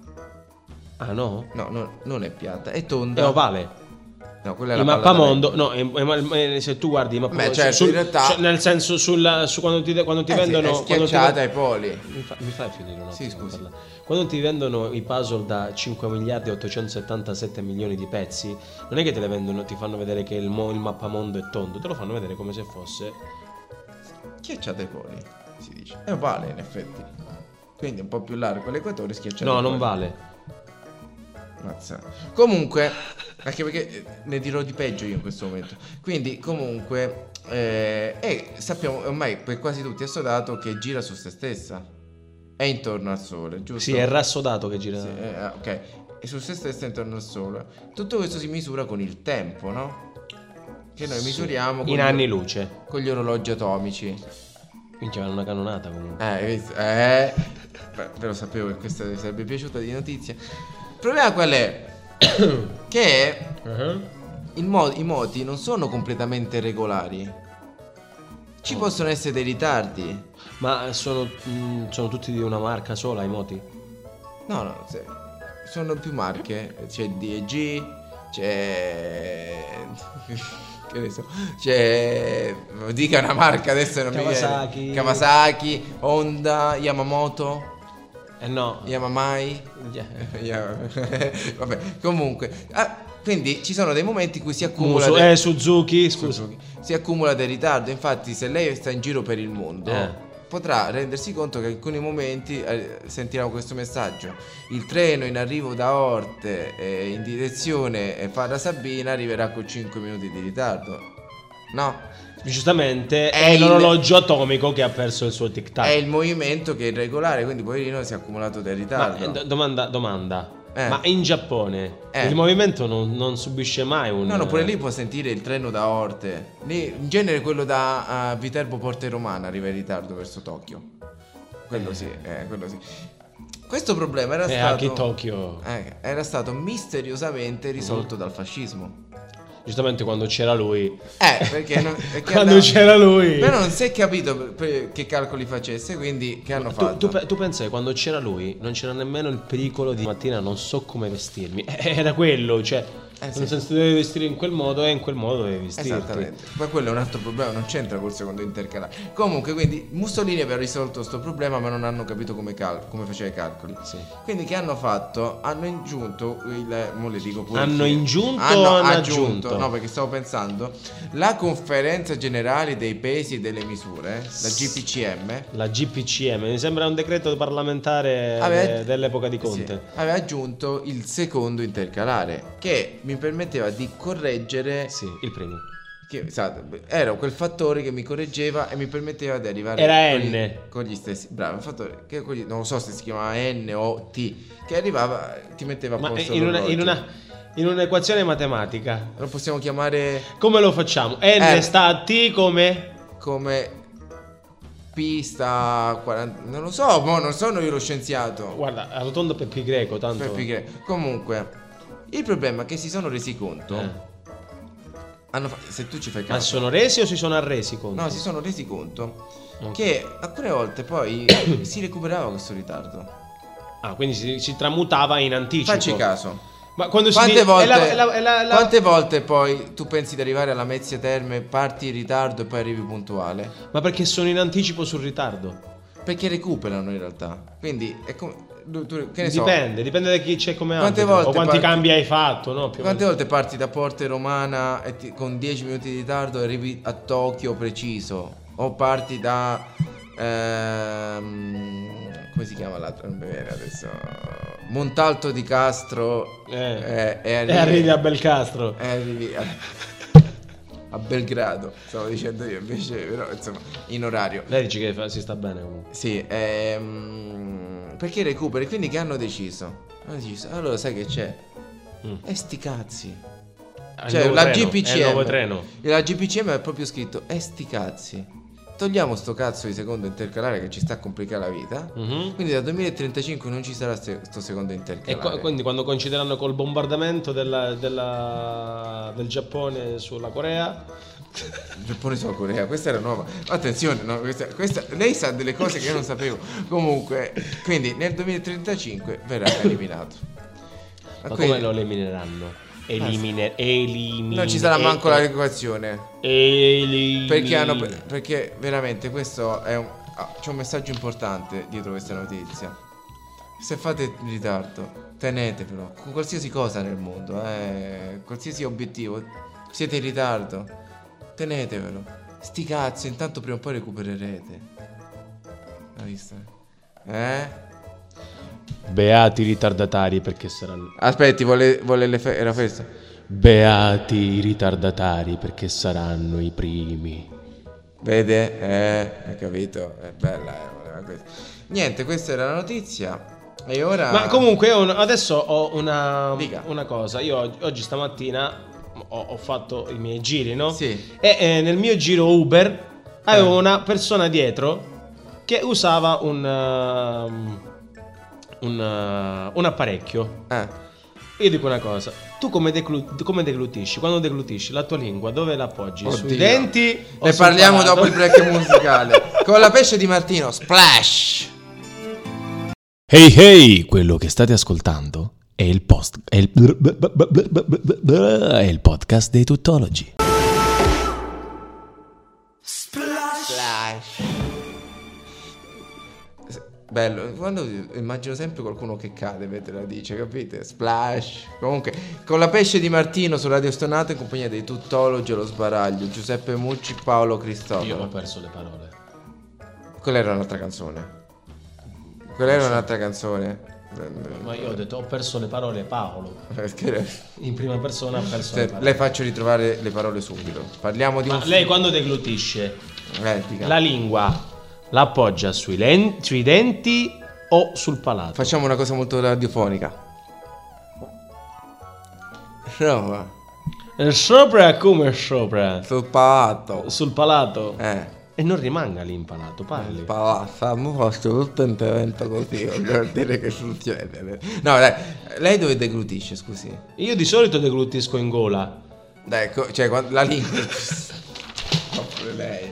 A: Ah no?
B: No, no, non è piatta, è
A: È
B: tonda.
A: ovale.
B: No, quella è la
A: Eh, Il
B: palla da
A: mappamondo, no, è- è- è- se tu guardi il mappamondo,
B: Beh, certo,
A: sul-
B: in realtà-
A: cioè, nel senso sul, su quando ti, quando ti
B: Eh sì,
A: vendono...
B: è
A: quando ti
B: schiacciata
A: ven-
B: ai poli.
A: mi, fa- mi fai finire un attimo?
B: Sì,
A: di
B: scusi.
A: parlare? Quando ti vendono i puzzle da 5 miliardi e 877 milioni di pezzi, non è che te le vendono, ti fanno vedere che il, mo- il mappamondo è tondo, te lo fanno vedere come se fosse...
B: Schiacciata ai poli, si dice. È ovale in effetti. Quindi è un po' più largo l'equatore schiacciato.
A: no,
B: ai
A: non
B: poli.
A: vale.
B: Mazza. Comunque, anche perché eh, ne dirò di peggio io in questo momento. Quindi, comunque, eh, e sappiamo ormai per quasi tutti è assodato che gira su se stessa. È intorno al sole, giusto?
A: Sì, è rassodato che gira.
B: Sì, eh, ah, ok. E su se stessa intorno al sole. Tutto questo si misura con il tempo, no? Che noi
A: Sì.
B: misuriamo con
A: in
B: gli-
A: anni luce.
B: con gli orologi atomici.
A: Minchia, era una canonata comunque.
B: Eh, hai visto? Eh, beh, ve lo sapevo che questa vi sarebbe piaciuta di notizia. Il problema qual è? che il mo- i moti non sono completamente regolari. Ci possono essere dei ritardi.
A: Ma sono, mm, sono tutti di una marca sola i moti?
B: No, no, se- sono più marche. C'è DG, c'è... che ne so, c'è... Dica una marca adesso non mi
A: Kawasaki.
B: viene. Kawasaki, Honda, Yamamoto,
A: Eh no.
B: Yamamai.
A: Yeah.
B: Yeah. Vabbè, comunque, ah, quindi ci sono dei momenti in cui si accumula,
A: Muso,
B: de-
A: eh, Suzuki, scusa.
B: si accumula del ritardo. Infatti, se lei sta in giro per il mondo,
A: Eh.
B: potrà rendersi conto che in alcuni momenti eh, sentirà questo messaggio: il treno in arrivo da Orte eh, in direzione eh, Fada Sabina arriverà con 5 minuti di ritardo. No,
A: Giustamente
B: È
A: è,
B: il-
A: l'orologio atomico che ha perso il suo tic
B: è
A: tac.
B: il movimento che è irregolare, quindi poverino si è accumulato del
A: Ma,
B: ritardo.
A: eh, do- domanda, domanda.
B: Eh.
A: Ma in Giappone
B: Eh.
A: il movimento non, non subisce mai un...
B: No, no, pure lì può sentire il treno da Orte. Lì, in genere quello da eh, Viterbo Porte Romana arriva in ritardo verso Tokyo. Quello sì, eh, quello sì. Questo problema era
A: Eh,
B: stato
A: anche Tokyo. Mm.
B: eh, era stato misteriosamente risolto dal fascismo.
A: Giustamente quando c'era lui.
B: Eh, perché, non, perché
A: Quando
B: andava-
A: c'era lui.
B: Però non si è capito per- per- che calcoli facesse, quindi che hanno
A: Tu,
B: fatto?
A: tu, pe- tu pensi che quando c'era lui non c'era nemmeno il pericolo di mattina non so come vestirmi. Era quello, cioè.
B: Eh, sì.
A: Nel senso devi vestire in quel modo e in quel modo devi vestirti.
B: Esattamente, ma quello è un altro problema, non c'entra col secondo intercalare. Comunque, quindi Mussolini aveva risolto questo problema, ma non hanno capito come, cal- come faceva i calcoli.
A: Sì.
B: Quindi, che hanno fatto? Hanno ingiunto il. Mo le dico pure
A: Hanno
B: chi-
A: ingiunto
B: hanno
A: o hanno aggiunto?
B: No, perché stavo pensando. La conferenza generale dei pesi e delle misure, la GPCM,
A: La GPCM, mi sembra un decreto parlamentare
B: Aveva- Eh
A: de- dell'epoca di
B: Ah, sì,
A: Conte.
B: aveva aggiunto il secondo intercalare, che mi permetteva di correggere.
A: Sì, il primo.
B: Che, esatto, era quel fattore che mi correggeva e mi permetteva di arrivare
A: Era
B: con, gli,
A: N.
B: con gli stessi bravo un fattore che con gli- non lo so se si chiamava N o T che arrivava ti metteva a
A: Ma
B: posto
A: in, una-
B: l'orologio.
A: in una- in un'equazione matematica,
B: lo possiamo chiamare
A: come lo facciamo? N
B: Eh.
A: sta a T come?
B: come P sta a 40 non lo so mo non sono io lo scienziato
A: Guarda, arrotondo per pi greco, tanto.
B: Per figure. comunque il problema è che si sono resi conto
A: Eh.
B: hanno fa- se tu ci fai
A: Ma
B: caso
A: si sono resi o si sono arresi conto?
B: no si sono resi conto
A: Ok.
B: che alcune volte poi si recuperava questo ritardo
A: Ah, quindi si, si tramutava in anticipo.
B: Facci caso.
A: Ma quando si
B: Quante
A: dice-
B: volte,
A: è la- è la- è la- la-
B: quante volte poi tu pensi di arrivare alla Mezzia Terme, parti in ritardo e poi arrivi puntuale?
A: Ma perché sono in anticipo sul ritardo?
B: Perché recuperano in realtà. Quindi è come... tu- tu- che ne so.
A: dipende, dipende da chi c'è come
B: Quante
A: arbitro,
B: volte
A: o quanti
B: parti-
A: cambi hai fatto, no? Più o
B: Quante
A: meno.
B: volte parti da Porte Romana e ti- con 10 minuti di ritardo e arrivi a Tokyo preciso? O parti da... ehm, come si chiama l'altro? Non mi viene adesso. Montalto di Castro
A: Eh.
B: eh, e
A: E arrivi a Belcastro.
B: Eh, arrivi a, a Belgrado, stavo dicendo io invece, però insomma, in orario.
A: Lei dice che fa- si sta bene comunque.
B: Sì, ehm, perché recuperi, quindi che hanno deciso? Hanno deciso, allora sai che c'è?
A: Mm.
B: E sti cazzi.
A: È il
B: Cioè,
A: nuovo
B: la
A: treno,
B: GPCM.
A: È il nuovo treno.
B: La GPCM è proprio scritto, e sti cazzi. Togliamo sto cazzo di secondo intercalare che ci sta a complicare la vita.
A: Mhm.
B: Quindi dal 2035 non ci sarà se- sto secondo
A: E
B: intercalare.
A: qua- quindi quando coincideranno col bombardamento della- della- del Giappone sulla Corea,
B: Giappone sulla Cioè, Corea, questa era nuova. Attenzione, no, questa, questa- lei sa delle cose che io non sapevo. Comunque, quindi nel 2035 verrà eliminato.
A: ma
B: Quindi
A: come lo elimineranno? Elimine, elimine,
B: Eh,
A: eh,
B: non ci sarà manco la regolazione.
A: Elimine.
B: Perché, hanno, perché veramente questo è un, ah, c'è un messaggio importante dietro questa notizia. Se fate in ritardo, tenetevelo con qualsiasi cosa nel mondo, eh, qualsiasi obiettivo. Siete in ritardo, tenetevelo. Sti cazzo, intanto prima o poi recupererete. Hai visto? Eh?
A: Beati i ritardatari perché saranno...
B: Aspetti, vuole, vuole le fe- era questa?
A: Beati i ritardatari perché saranno i primi.
B: Vede? Eh, hai capito? È bella, eh, voleva questa. Niente, questa era la notizia. E ora...
A: Ma comunque io adesso ho una,
B: Ah. Dica.
A: una cosa. Io oggi, oggi stamattina ho, ho fatto i miei giri, no?
B: Sì.
A: E eh, nel mio giro Uber avevo
B: Eh.
A: una persona dietro che usava un, um, un, uh, un apparecchio.
B: Eh.
A: Io dico una cosa, tu come, declu- come deglutisci? Quando deglutisci la tua lingua dove la appoggi? Sui
B: Oddio.
A: denti? o
B: Ne
A: sul
B: parliamo
A: palato?
B: dopo il break musicale. Con la pesce di Martino, splash!
A: Hey hey, quello che state ascoltando è il post è il, è il podcast dei tuttologi.
B: Splash! Bello, quando immagino sempre qualcuno che cade mentre la dice, capite? Splash! Comunque, con la pesce di Martino su Radio Stonato in compagnia dei tuttologi e lo sbaraglio, Giuseppe Mucci, Paolo
A: Io
B: Cristoforo.
A: ho perso le parole.
B: Quella era un'altra canzone. Quella era un'altra canzone.
A: Ma io ho detto ho perso le parole Paolo.
B: Perché-
A: In prima persona ho perso le
B: Se-
A: parole.
B: Cioè, le faccio ritrovare le parole subito. Parliamo di
A: Ma
B: un
A: lei quando deglutisce
B: Eh, dica.
A: la lingua la appoggia sui, len- sui denti o sul palato?
B: Facciamo una cosa molto radiofonica. Prova.
A: Eh, Sopra come sopra?
B: Sul palato.
A: Sul palato.
B: Eh.
A: E non rimanga lì impalato, parli.
B: Palazza, mo faccio tutto intervento così, voglio dire che succede. No, dai, lei dove deglutisce, scusi?
A: Io di solito deglutisco in gola.
B: Dai, ecco, cioè, quando- la lingua... Proprio lei.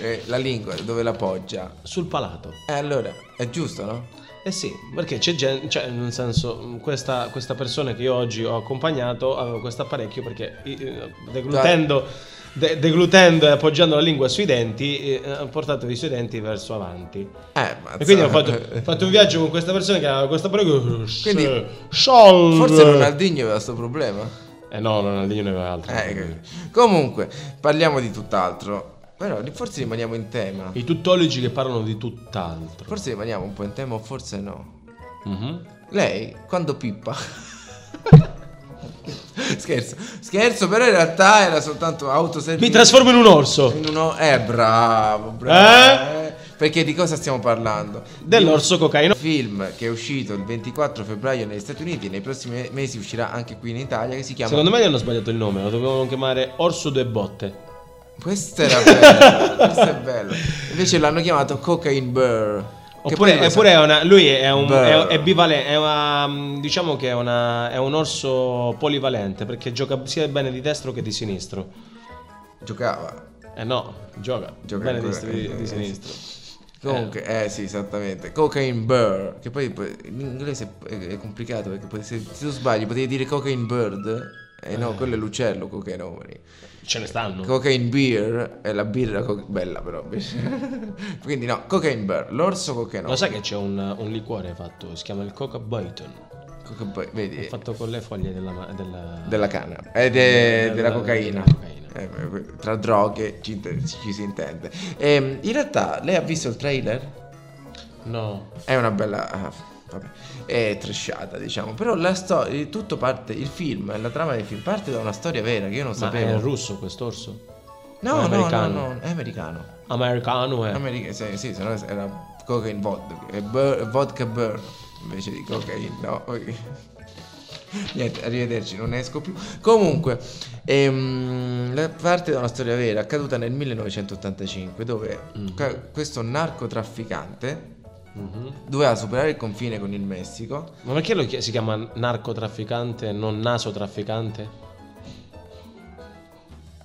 B: Eh, la lingua, dove la poggia?
A: Sul palato.
B: E allora, è giusto, no?
A: Eh sì, perché c'è gente, cioè nel senso, mh, questa, questa persona che io oggi ho accompagnato aveva questo apparecchio perché eh, deglutendo, de- deglutendo e appoggiando la lingua sui denti, eh, ha portato i suoi denti verso avanti.
B: Eh, ma...
A: E quindi ho fatto, ho fatto un viaggio con questa persona che aveva questo apparecchio.
B: Quindi-
A: Sì, sciolve.
B: Forse Ronaldinho aveva questo problema.
A: Eh no, Ronaldinho ne aveva altro.
B: Eh, comunque, parliamo di tutt'altro. Però forse rimaniamo in tema.
A: I tuttologi che parlano di tutt'altro.
B: Forse rimaniamo un po' in tema, o forse no.
A: Mhm.
B: Lei, quando pippa. scherzo, scherzo, però in realtà era soltanto autoservizio.
A: Mi trasformo in un orso.
B: in uno. Eh, bravo, bravo. eh. Perché di cosa stiamo parlando?
A: Dell'orso cocaino.
B: Il film che è uscito il 24 febbraio negli Stati Uniti, nei prossimi mesi uscirà anche qui in Italia, che si chiama
A: Secondo me gli hanno sbagliato il nome, lo dovevano chiamare Orso due botte.
B: Questo era bello, questo è bello. Invece l'hanno chiamato Cocaine Burr. che
A: Oppure,
B: poi lo
A: oppure è una, lui è un
B: Beh.
A: è, è bivalente, è una, mm, diciamo che è, una- è un orso polivalente perché gioca sia bene di destro che di sinistro.
B: sa- giocava.
A: Eh no, gioca,
B: Gioca
A: bene di,
B: ancora. eh,
A: di- di sinistro.
B: Comunque, eh, sì, esattamente. Cocaine Burr, che poi poi- in inglese è, è complicato perché poi se, se tu sbagli potevi dire Cocaine Bird. E
A: Eh.
B: no, quello è l'uccello, Cocaine
A: Ce ne stanno.
B: Cocaine Beer è la birra co- bella però. invece. Quindi no, Cocaine Burr, l'orso Cocaine
A: Lo sai che c'è un, un liquore fatto, si chiama il Coca Boyton,
B: Vedi,
A: è fatto con le foglie della... ma- della-
B: della canna ed è
A: Della-
B: della
A: della
B: cocaina.
A: cocaina.
B: Eh, tra droghe ci, inter- ci si intende. Ehm, in realtà lei ha visto il trailer?
A: No,
B: È una bella... ah, vabbè, è trasciata diciamo. Però la sto- eh, tutto parte, il film, la trama del film parte da una storia vera che io non
A: ma
B: sapevo.
A: è russo quest'orso?
B: no,
A: è
B: no,
A: americano?
B: no, no, è americano.
A: Americano eh. è...
B: America- sì, sì, se no era cocaine vodka, e bur- vodka burn invece di cocaine, no? ok. Niente, arrivederci, non ne esco più. Comunque, ehm, la parte da una storia vera accaduta nel 1985, dove ca- questo narcotrafficante
A: Mhm.
B: doveva superare il confine con il Messico.
A: Ma perché lo chi- si chiama narcotrafficante e non nasotrafficante?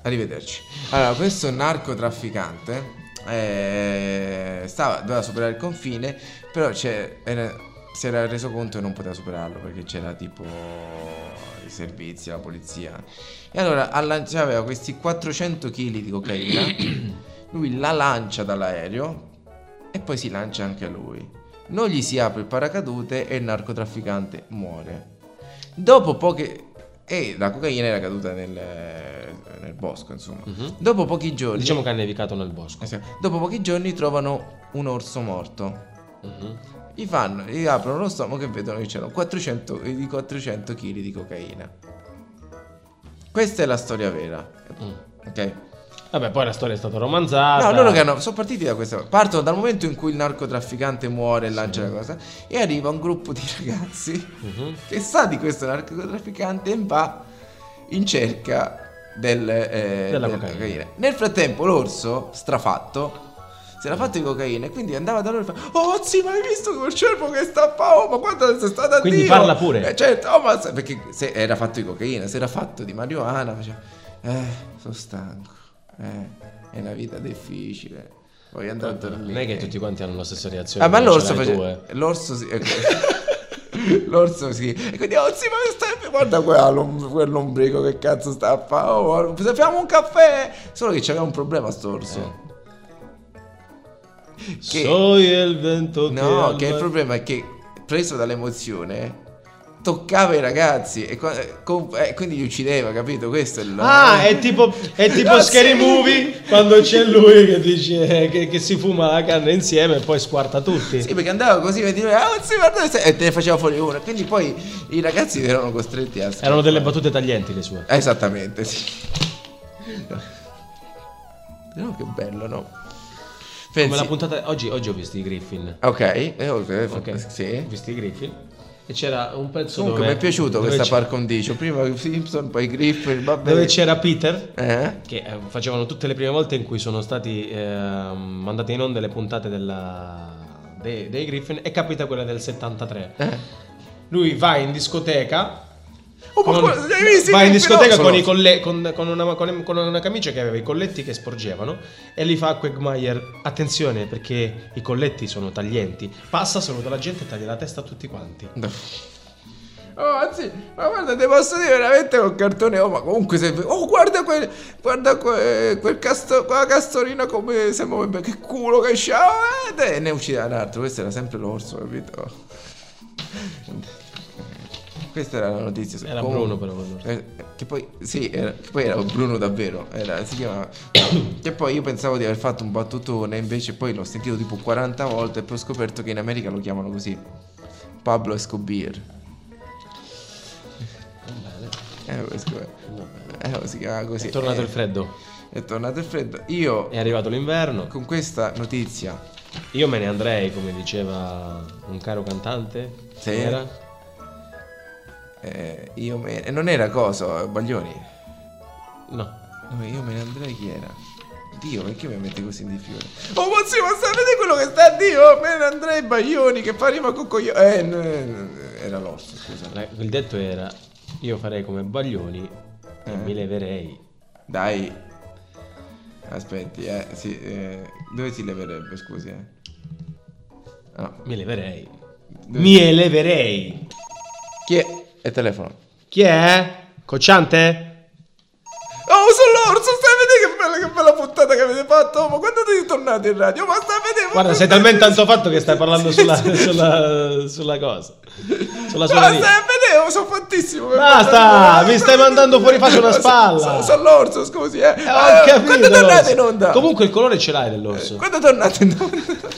B: Arrivederci. Allora, questo narcotrafficante eh, stava, doveva superare il confine, però c'è- era- si era reso conto che non poteva superarlo perché c'era tipo i servizi, la polizia. E allora ha lan- cioè, aveva questi 400 kg di cocaina, lui la lancia dall'aereo e poi si lancia anche lui. Non gli si apre il paracadute e il narcotrafficante muore. Dopo poche... E la cocaina era caduta nel, nel bosco, insomma.
A: Mhm.
B: Dopo pochi giorni...
A: Diciamo che ha nevicato nel bosco.
B: Eh sì, Dopo pochi giorni trovano un orso morto.
A: Mhm.
B: Gli fanno, gli aprono lo stomaco e vedono che c'erano 400, eh, di 400 kg di cocaina. Questa è la storia vera.
A: Mm.
B: Ok?
A: Vabbè, poi la storia è stata romanzata.
B: No, loro che hanno, sono partiti da questa. Partono dal momento in cui il narcotrafficante muore e lancia la cosa. E arriva un gruppo di ragazzi
A: Mhm.
B: che sa di questo narcotrafficante e va in cerca del, eh,
A: Della
B: della
A: cocaina.
B: cocaina. Nel frattempo l'orso, strafatto, si era
A: Mm.
B: fatto di cocaina e quindi andava da loro e fa Oh zio, ma hai visto quel cervo che sta fa? Oh, ma quanto sei stato a
A: Quindi
B: Dio?"
A: parla pure.
B: Eh, certo, oh, ma sai- perché se era fatto di cocaina, se era fatto di marijuana, faceva Eh, sono stanco, eh, è una vita difficile, voglio andare a dormire.
A: Non è che tutti quanti hanno la stessa reazione.
B: Ah, ma
A: quando ce
B: l'orso
A: l'hai
B: faceva.
A: tu, eh.
B: L'orso sì. ok. l'orso sì. E quindi, oh, sì, ma stai. Guarda quella lom- quell'ombrico che cazzo sta a fare. Oh, se facciamo un caffè. Solo che c'aveva un problema, sto
A: Eh,
B: orso. Che-
A: Soy il vento
B: no,
A: che
B: che il
A: alba-
B: problema è che preso dall'emozione. Toccava i ragazzi e qua- con- eh, quindi li uccideva, capito? Questo è il.
A: Ah, è tipo, è tipo
B: Ah,
A: Scary
B: sì.
A: Movie quando c'è lui che dice eh, che, che si fuma la canna insieme e poi squarta tutti.
B: Sì, perché andava così e diceva, ah, sì, guarda, se-" e te ne faceva fuori uno. Quindi poi i ragazzi erano costretti a.
A: Erano delle battute taglienti le sue.
B: Esattamente, sì. No, che bello, no? Pensi...
A: Come la puntata. Oggi, oggi ho visto i Griffin.
B: Ok, eh, ok,
A: Ok,
B: sì.
A: Ho visto i Griffin. E c'era un pezzo
B: Comunque mi
A: dove-
B: è piaciuto
A: dove
B: questa
A: c'è-
B: par condicio. Prima i Simpson, poi i Griffin, va bene.
A: Dove c'era Peter.
B: Eh?
A: Che eh, facevano tutte le prime volte in cui sono stati ehm, mandate in onda le puntate della- dei,
B: Eh.
A: dei Griffin e capita quella del 73. Lui va in discoteca
B: Oh, ma
A: Non-
B: quello- hai visto
A: Vai in
B: che
A: discoteca
B: filosofo?
A: con, i colle- con, con una, con- con una camicia che aveva i colletti che sporgevano e lì fa Quagmire, attenzione perché i colletti sono taglienti, passa, saluta la gente e taglia la testa a tutti quanti.
B: Oh, anzi, ma guarda, ti posso dire veramente un cartone. Oh, ma comunque se. Oh, guarda quel. Guarda que- quel casto, quella castorina come si muove. Che culo che c'ha! eh, E ne uccide un altro. Questo era sempre l'orso, capito? Questa era la notizia.
A: Era
B: Comunque-
A: Bruno però quell'orso.
B: eh, Che poi, sì, era, che poi era Bruno davvero. Era, si chiamava. che poi io pensavo di aver fatto un battutone, invece poi l'ho sentito tipo 40 volte e poi ho scoperto che in America lo chiamano così. Pablo Escobar. Eh, questo è- eh, si chiama così.
A: È tornato
B: Eh,
A: il freddo, Eh.
B: È tornato il freddo. Io
A: è arrivato l'inverno,
B: con questa notizia.
A: io me ne andrei come diceva un caro cantante.
B: Sì.
A: come era?
B: eh, io me. eh, non era cosa, Baglioni.
A: No.
B: No, io me ne andrei chi era? Dio, perché mi mette così in difficoltà? Oh, ma sì, ma sapete quello che sta a Dio? Oh, Me ne andrei Baglioni che fa rima con coglioni. Eh, n- n- era l'orso, scusa.
A: Ra- Il detto era io farei come Baglioni e
B: Eh.
A: mi leverei.
B: Dai. Aspetti, eh, sì, eh, dove si leverebbe, scusi, eh? Ah, No,
A: Mi leverei.
B: Dove-
A: Mi eleverei.
B: chi è? È telefono.
A: Chi è? Cocciante?
B: Oh, sono l'orso, stai a vedere che bella, che bella puntata che avete fatto? Oh, ma quando siete tornati in radio? Ma stai a vedere... ma
A: Guarda, sei
B: stai a vedere-
A: talmente tanto fatto che stai parlando sulla, sulla, sulla cosa. Sulla
B: No,
A: sua
B: stai a vedere, oh, sono fattissimo.
A: Basta, mi stai
B: Eh,
A: mandando fuori faccia una
B: so-
A: spalla.
B: so- Sono l'orso, scusi, eh.
A: Ho
B: Eh,
A: capito.
B: Quando tornate
A: l'orso.
B: in onda? Eh,
A: Comunque il colore ce l'hai dell'orso.
B: Quando tornate in onda?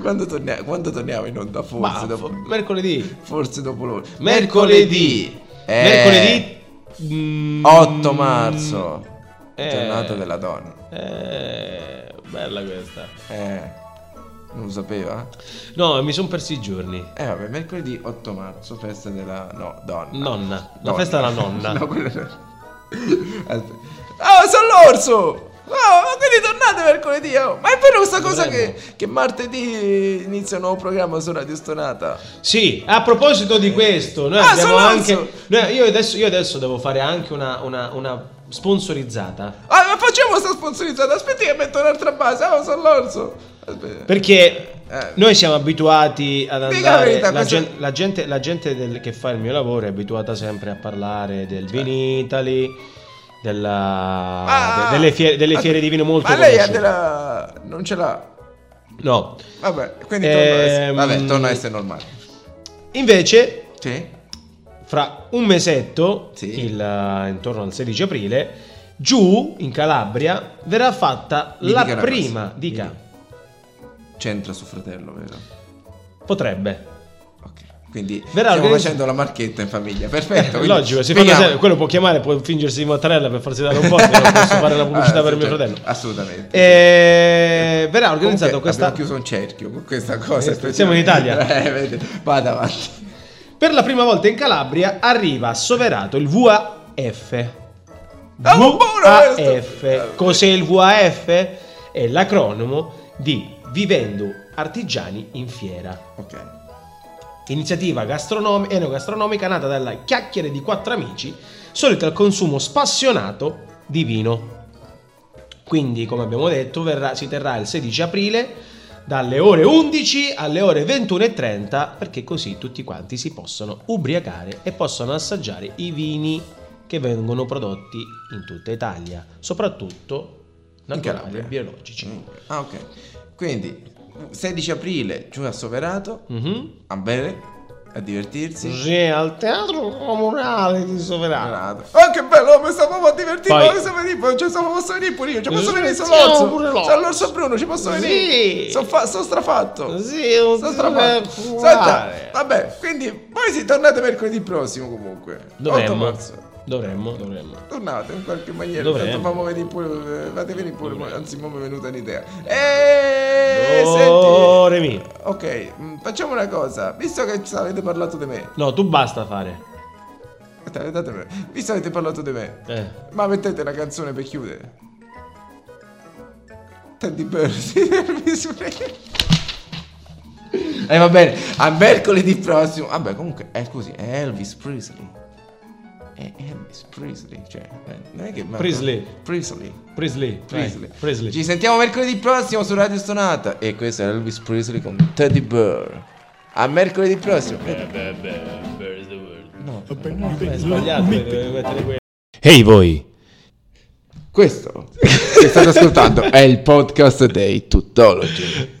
B: quando, torniamo, quando torniamo in onda? Forse
A: Ma,
B: dopo...
A: mercoledì.
B: Forse dopo l'ora.
A: Mercoledì.
B: Eh,
A: Mercoledì. mm,
B: 8 marzo.
A: eh.
B: Giornata della donna.
A: Eh, bella questa.
B: Eh, non lo sapeva?
A: No, mi sono persi i giorni.
B: Eh vabbè, mercoledì 8 marzo, festa della... no, donna.
A: Nonna. La festa della nonna.
B: no, quello... Aspetta. Ah, sono l'orso! Ah, ma quindi tornate mercoledì! oh! Ma è vero questa cosa che, che martedì inizia un nuovo programma su Radio Stonata.
A: Sì, a proposito di questo, noi
B: Ah,
A: abbiamo
B: sono
A: anche.
B: Enzo.
A: noi- io, adesso, io adesso devo fare anche una, una- una sponsorizzata.
B: Ah, ma facciamo sta sponsorizzata, aspetti che metto un'altra base. Oh, sono l'orso! Aspetta.
A: Perché
B: Eh.
A: noi siamo abituati ad
B: Dica la
A: andare.
B: verità,
A: la,
B: questo-
A: gen- la gente, la gente del- che fa il mio lavoro è abituata sempre a parlare del Vin Italy, della-
B: Eh. Ah,
A: de- delle, fiere, delle
B: ah,
A: fiere di vino molto
B: Ma lei ha
A: conosciute.
B: della... non ce l'ha.
A: No.
B: Vabbè, quindi torna a essere...
A: Ehm,
B: Vabbè, torna a essere normale.
A: Invece,
B: Sì?
A: fra un mesetto,
B: Sì.
A: il, eh, intorno al 16 aprile, giù in Calabria verrà fatta
B: Mi
A: la
B: dica una
A: prima,
B: cosa.
A: dica,
B: C'entra suo fratello, vero?
A: potrebbe.
B: Ok, Quindi
A: Verrà
B: stiamo
A: organizz-
B: facendo la marchetta in famiglia, perfetto. Eh, quindi
A: Eh, Logico, si fanno
B: vediamo.
A: sempre- quello può chiamare, può fingersi di mozzarella per farsi dare un po', però non posso fare la pubblicità
B: Ah,
A: per mio
B: cioè,
A: fratello.
B: Assolutamente.
A: E Eh, verrà organizzata
B: Comunque
A: questa...
B: abbiamo chiuso un cerchio con questa cosa.
A: Eh, siamo in Italia.
B: Eh, vedi, vada avanti.
A: Per la prima volta in Calabria arriva a Soverato il VAF.
B: Ah, ma buono questo!
A: VAF. Cos'è il VAF? È l'acronimo di Vivendo Artigiani in Fiera.
B: Ok.
A: Iniziativa gastronom- enogastronomica nata dalla chiacchiere di quattro amici, solita al consumo spassionato di vino. Quindi, come abbiamo detto, verrà- si terrà il 16 aprile dalle ore 11 alle ore 21.30 perché così tutti quanti si possono ubriacare e possono assaggiare i vini che vengono prodotti in tutta Italia, soprattutto naturali e
B: Calabria.
A: biologici.
B: Mm. Ah, ok. Quindi 16 aprile giù a Soverato
A: Mhm.
B: a bere, a divertirsi.
A: Sì, al teatro comunale di Soverano.
B: Oh, che bello, mi stavo proprio a divertire.
A: Poi-
B: Ma cosa mi dico? Cioè, stavo- posso venire pure io. Ci posso
A: Sì,
B: venire
A: sì,
B: sull'orso.
A: pure l'orso.
B: Sono l'orso Bruno, ci posso
A: Sì.
B: venire. Sono, fa- sono strafatto.
A: Sì, un eh,
B: Sono strafatto. Senta, vabbè, quindi poi si tornate mercoledì prossimo comunque. 8
A: Dovremmo,
B: marzo.
A: dovremmo, dovremmo.
B: Tornate in qualche maniera.
A: Dovremmo.
B: Tanto fammi venire pure. eh, Fate venire pure. Anzi, mo mi è venuta un'idea.
A: Eh,
B: E
A: Do, re, mi.
B: Ok, mm, facciamo una cosa. Visto che ci avete parlato di me, eh,
A: No, tu basta fare.
B: aspetta, datemi- visto che avete parlato di me,
A: Eh.
B: ma mettete una canzone per chiudere. Teddy Bear, si fermi su lei. E Eh, va bene, a mercoledì prossimo. Vabbè, comunque è così, è Elvis Presley. È Elvis Presley, cioè, eh, non è che
A: Presley.
B: Presley.
A: Presley,
B: Presley.
A: vai, Presley.
B: Ci sentiamo mercoledì prossimo su Radio Stonata e questo è Elvis Presley con Teddy Bear. A mercoledì prossimo.
A: Eh, sbagliato, devi mettere quello. Ehi voi!
B: Questo che state ascoltando è il podcast dei Tuttologi.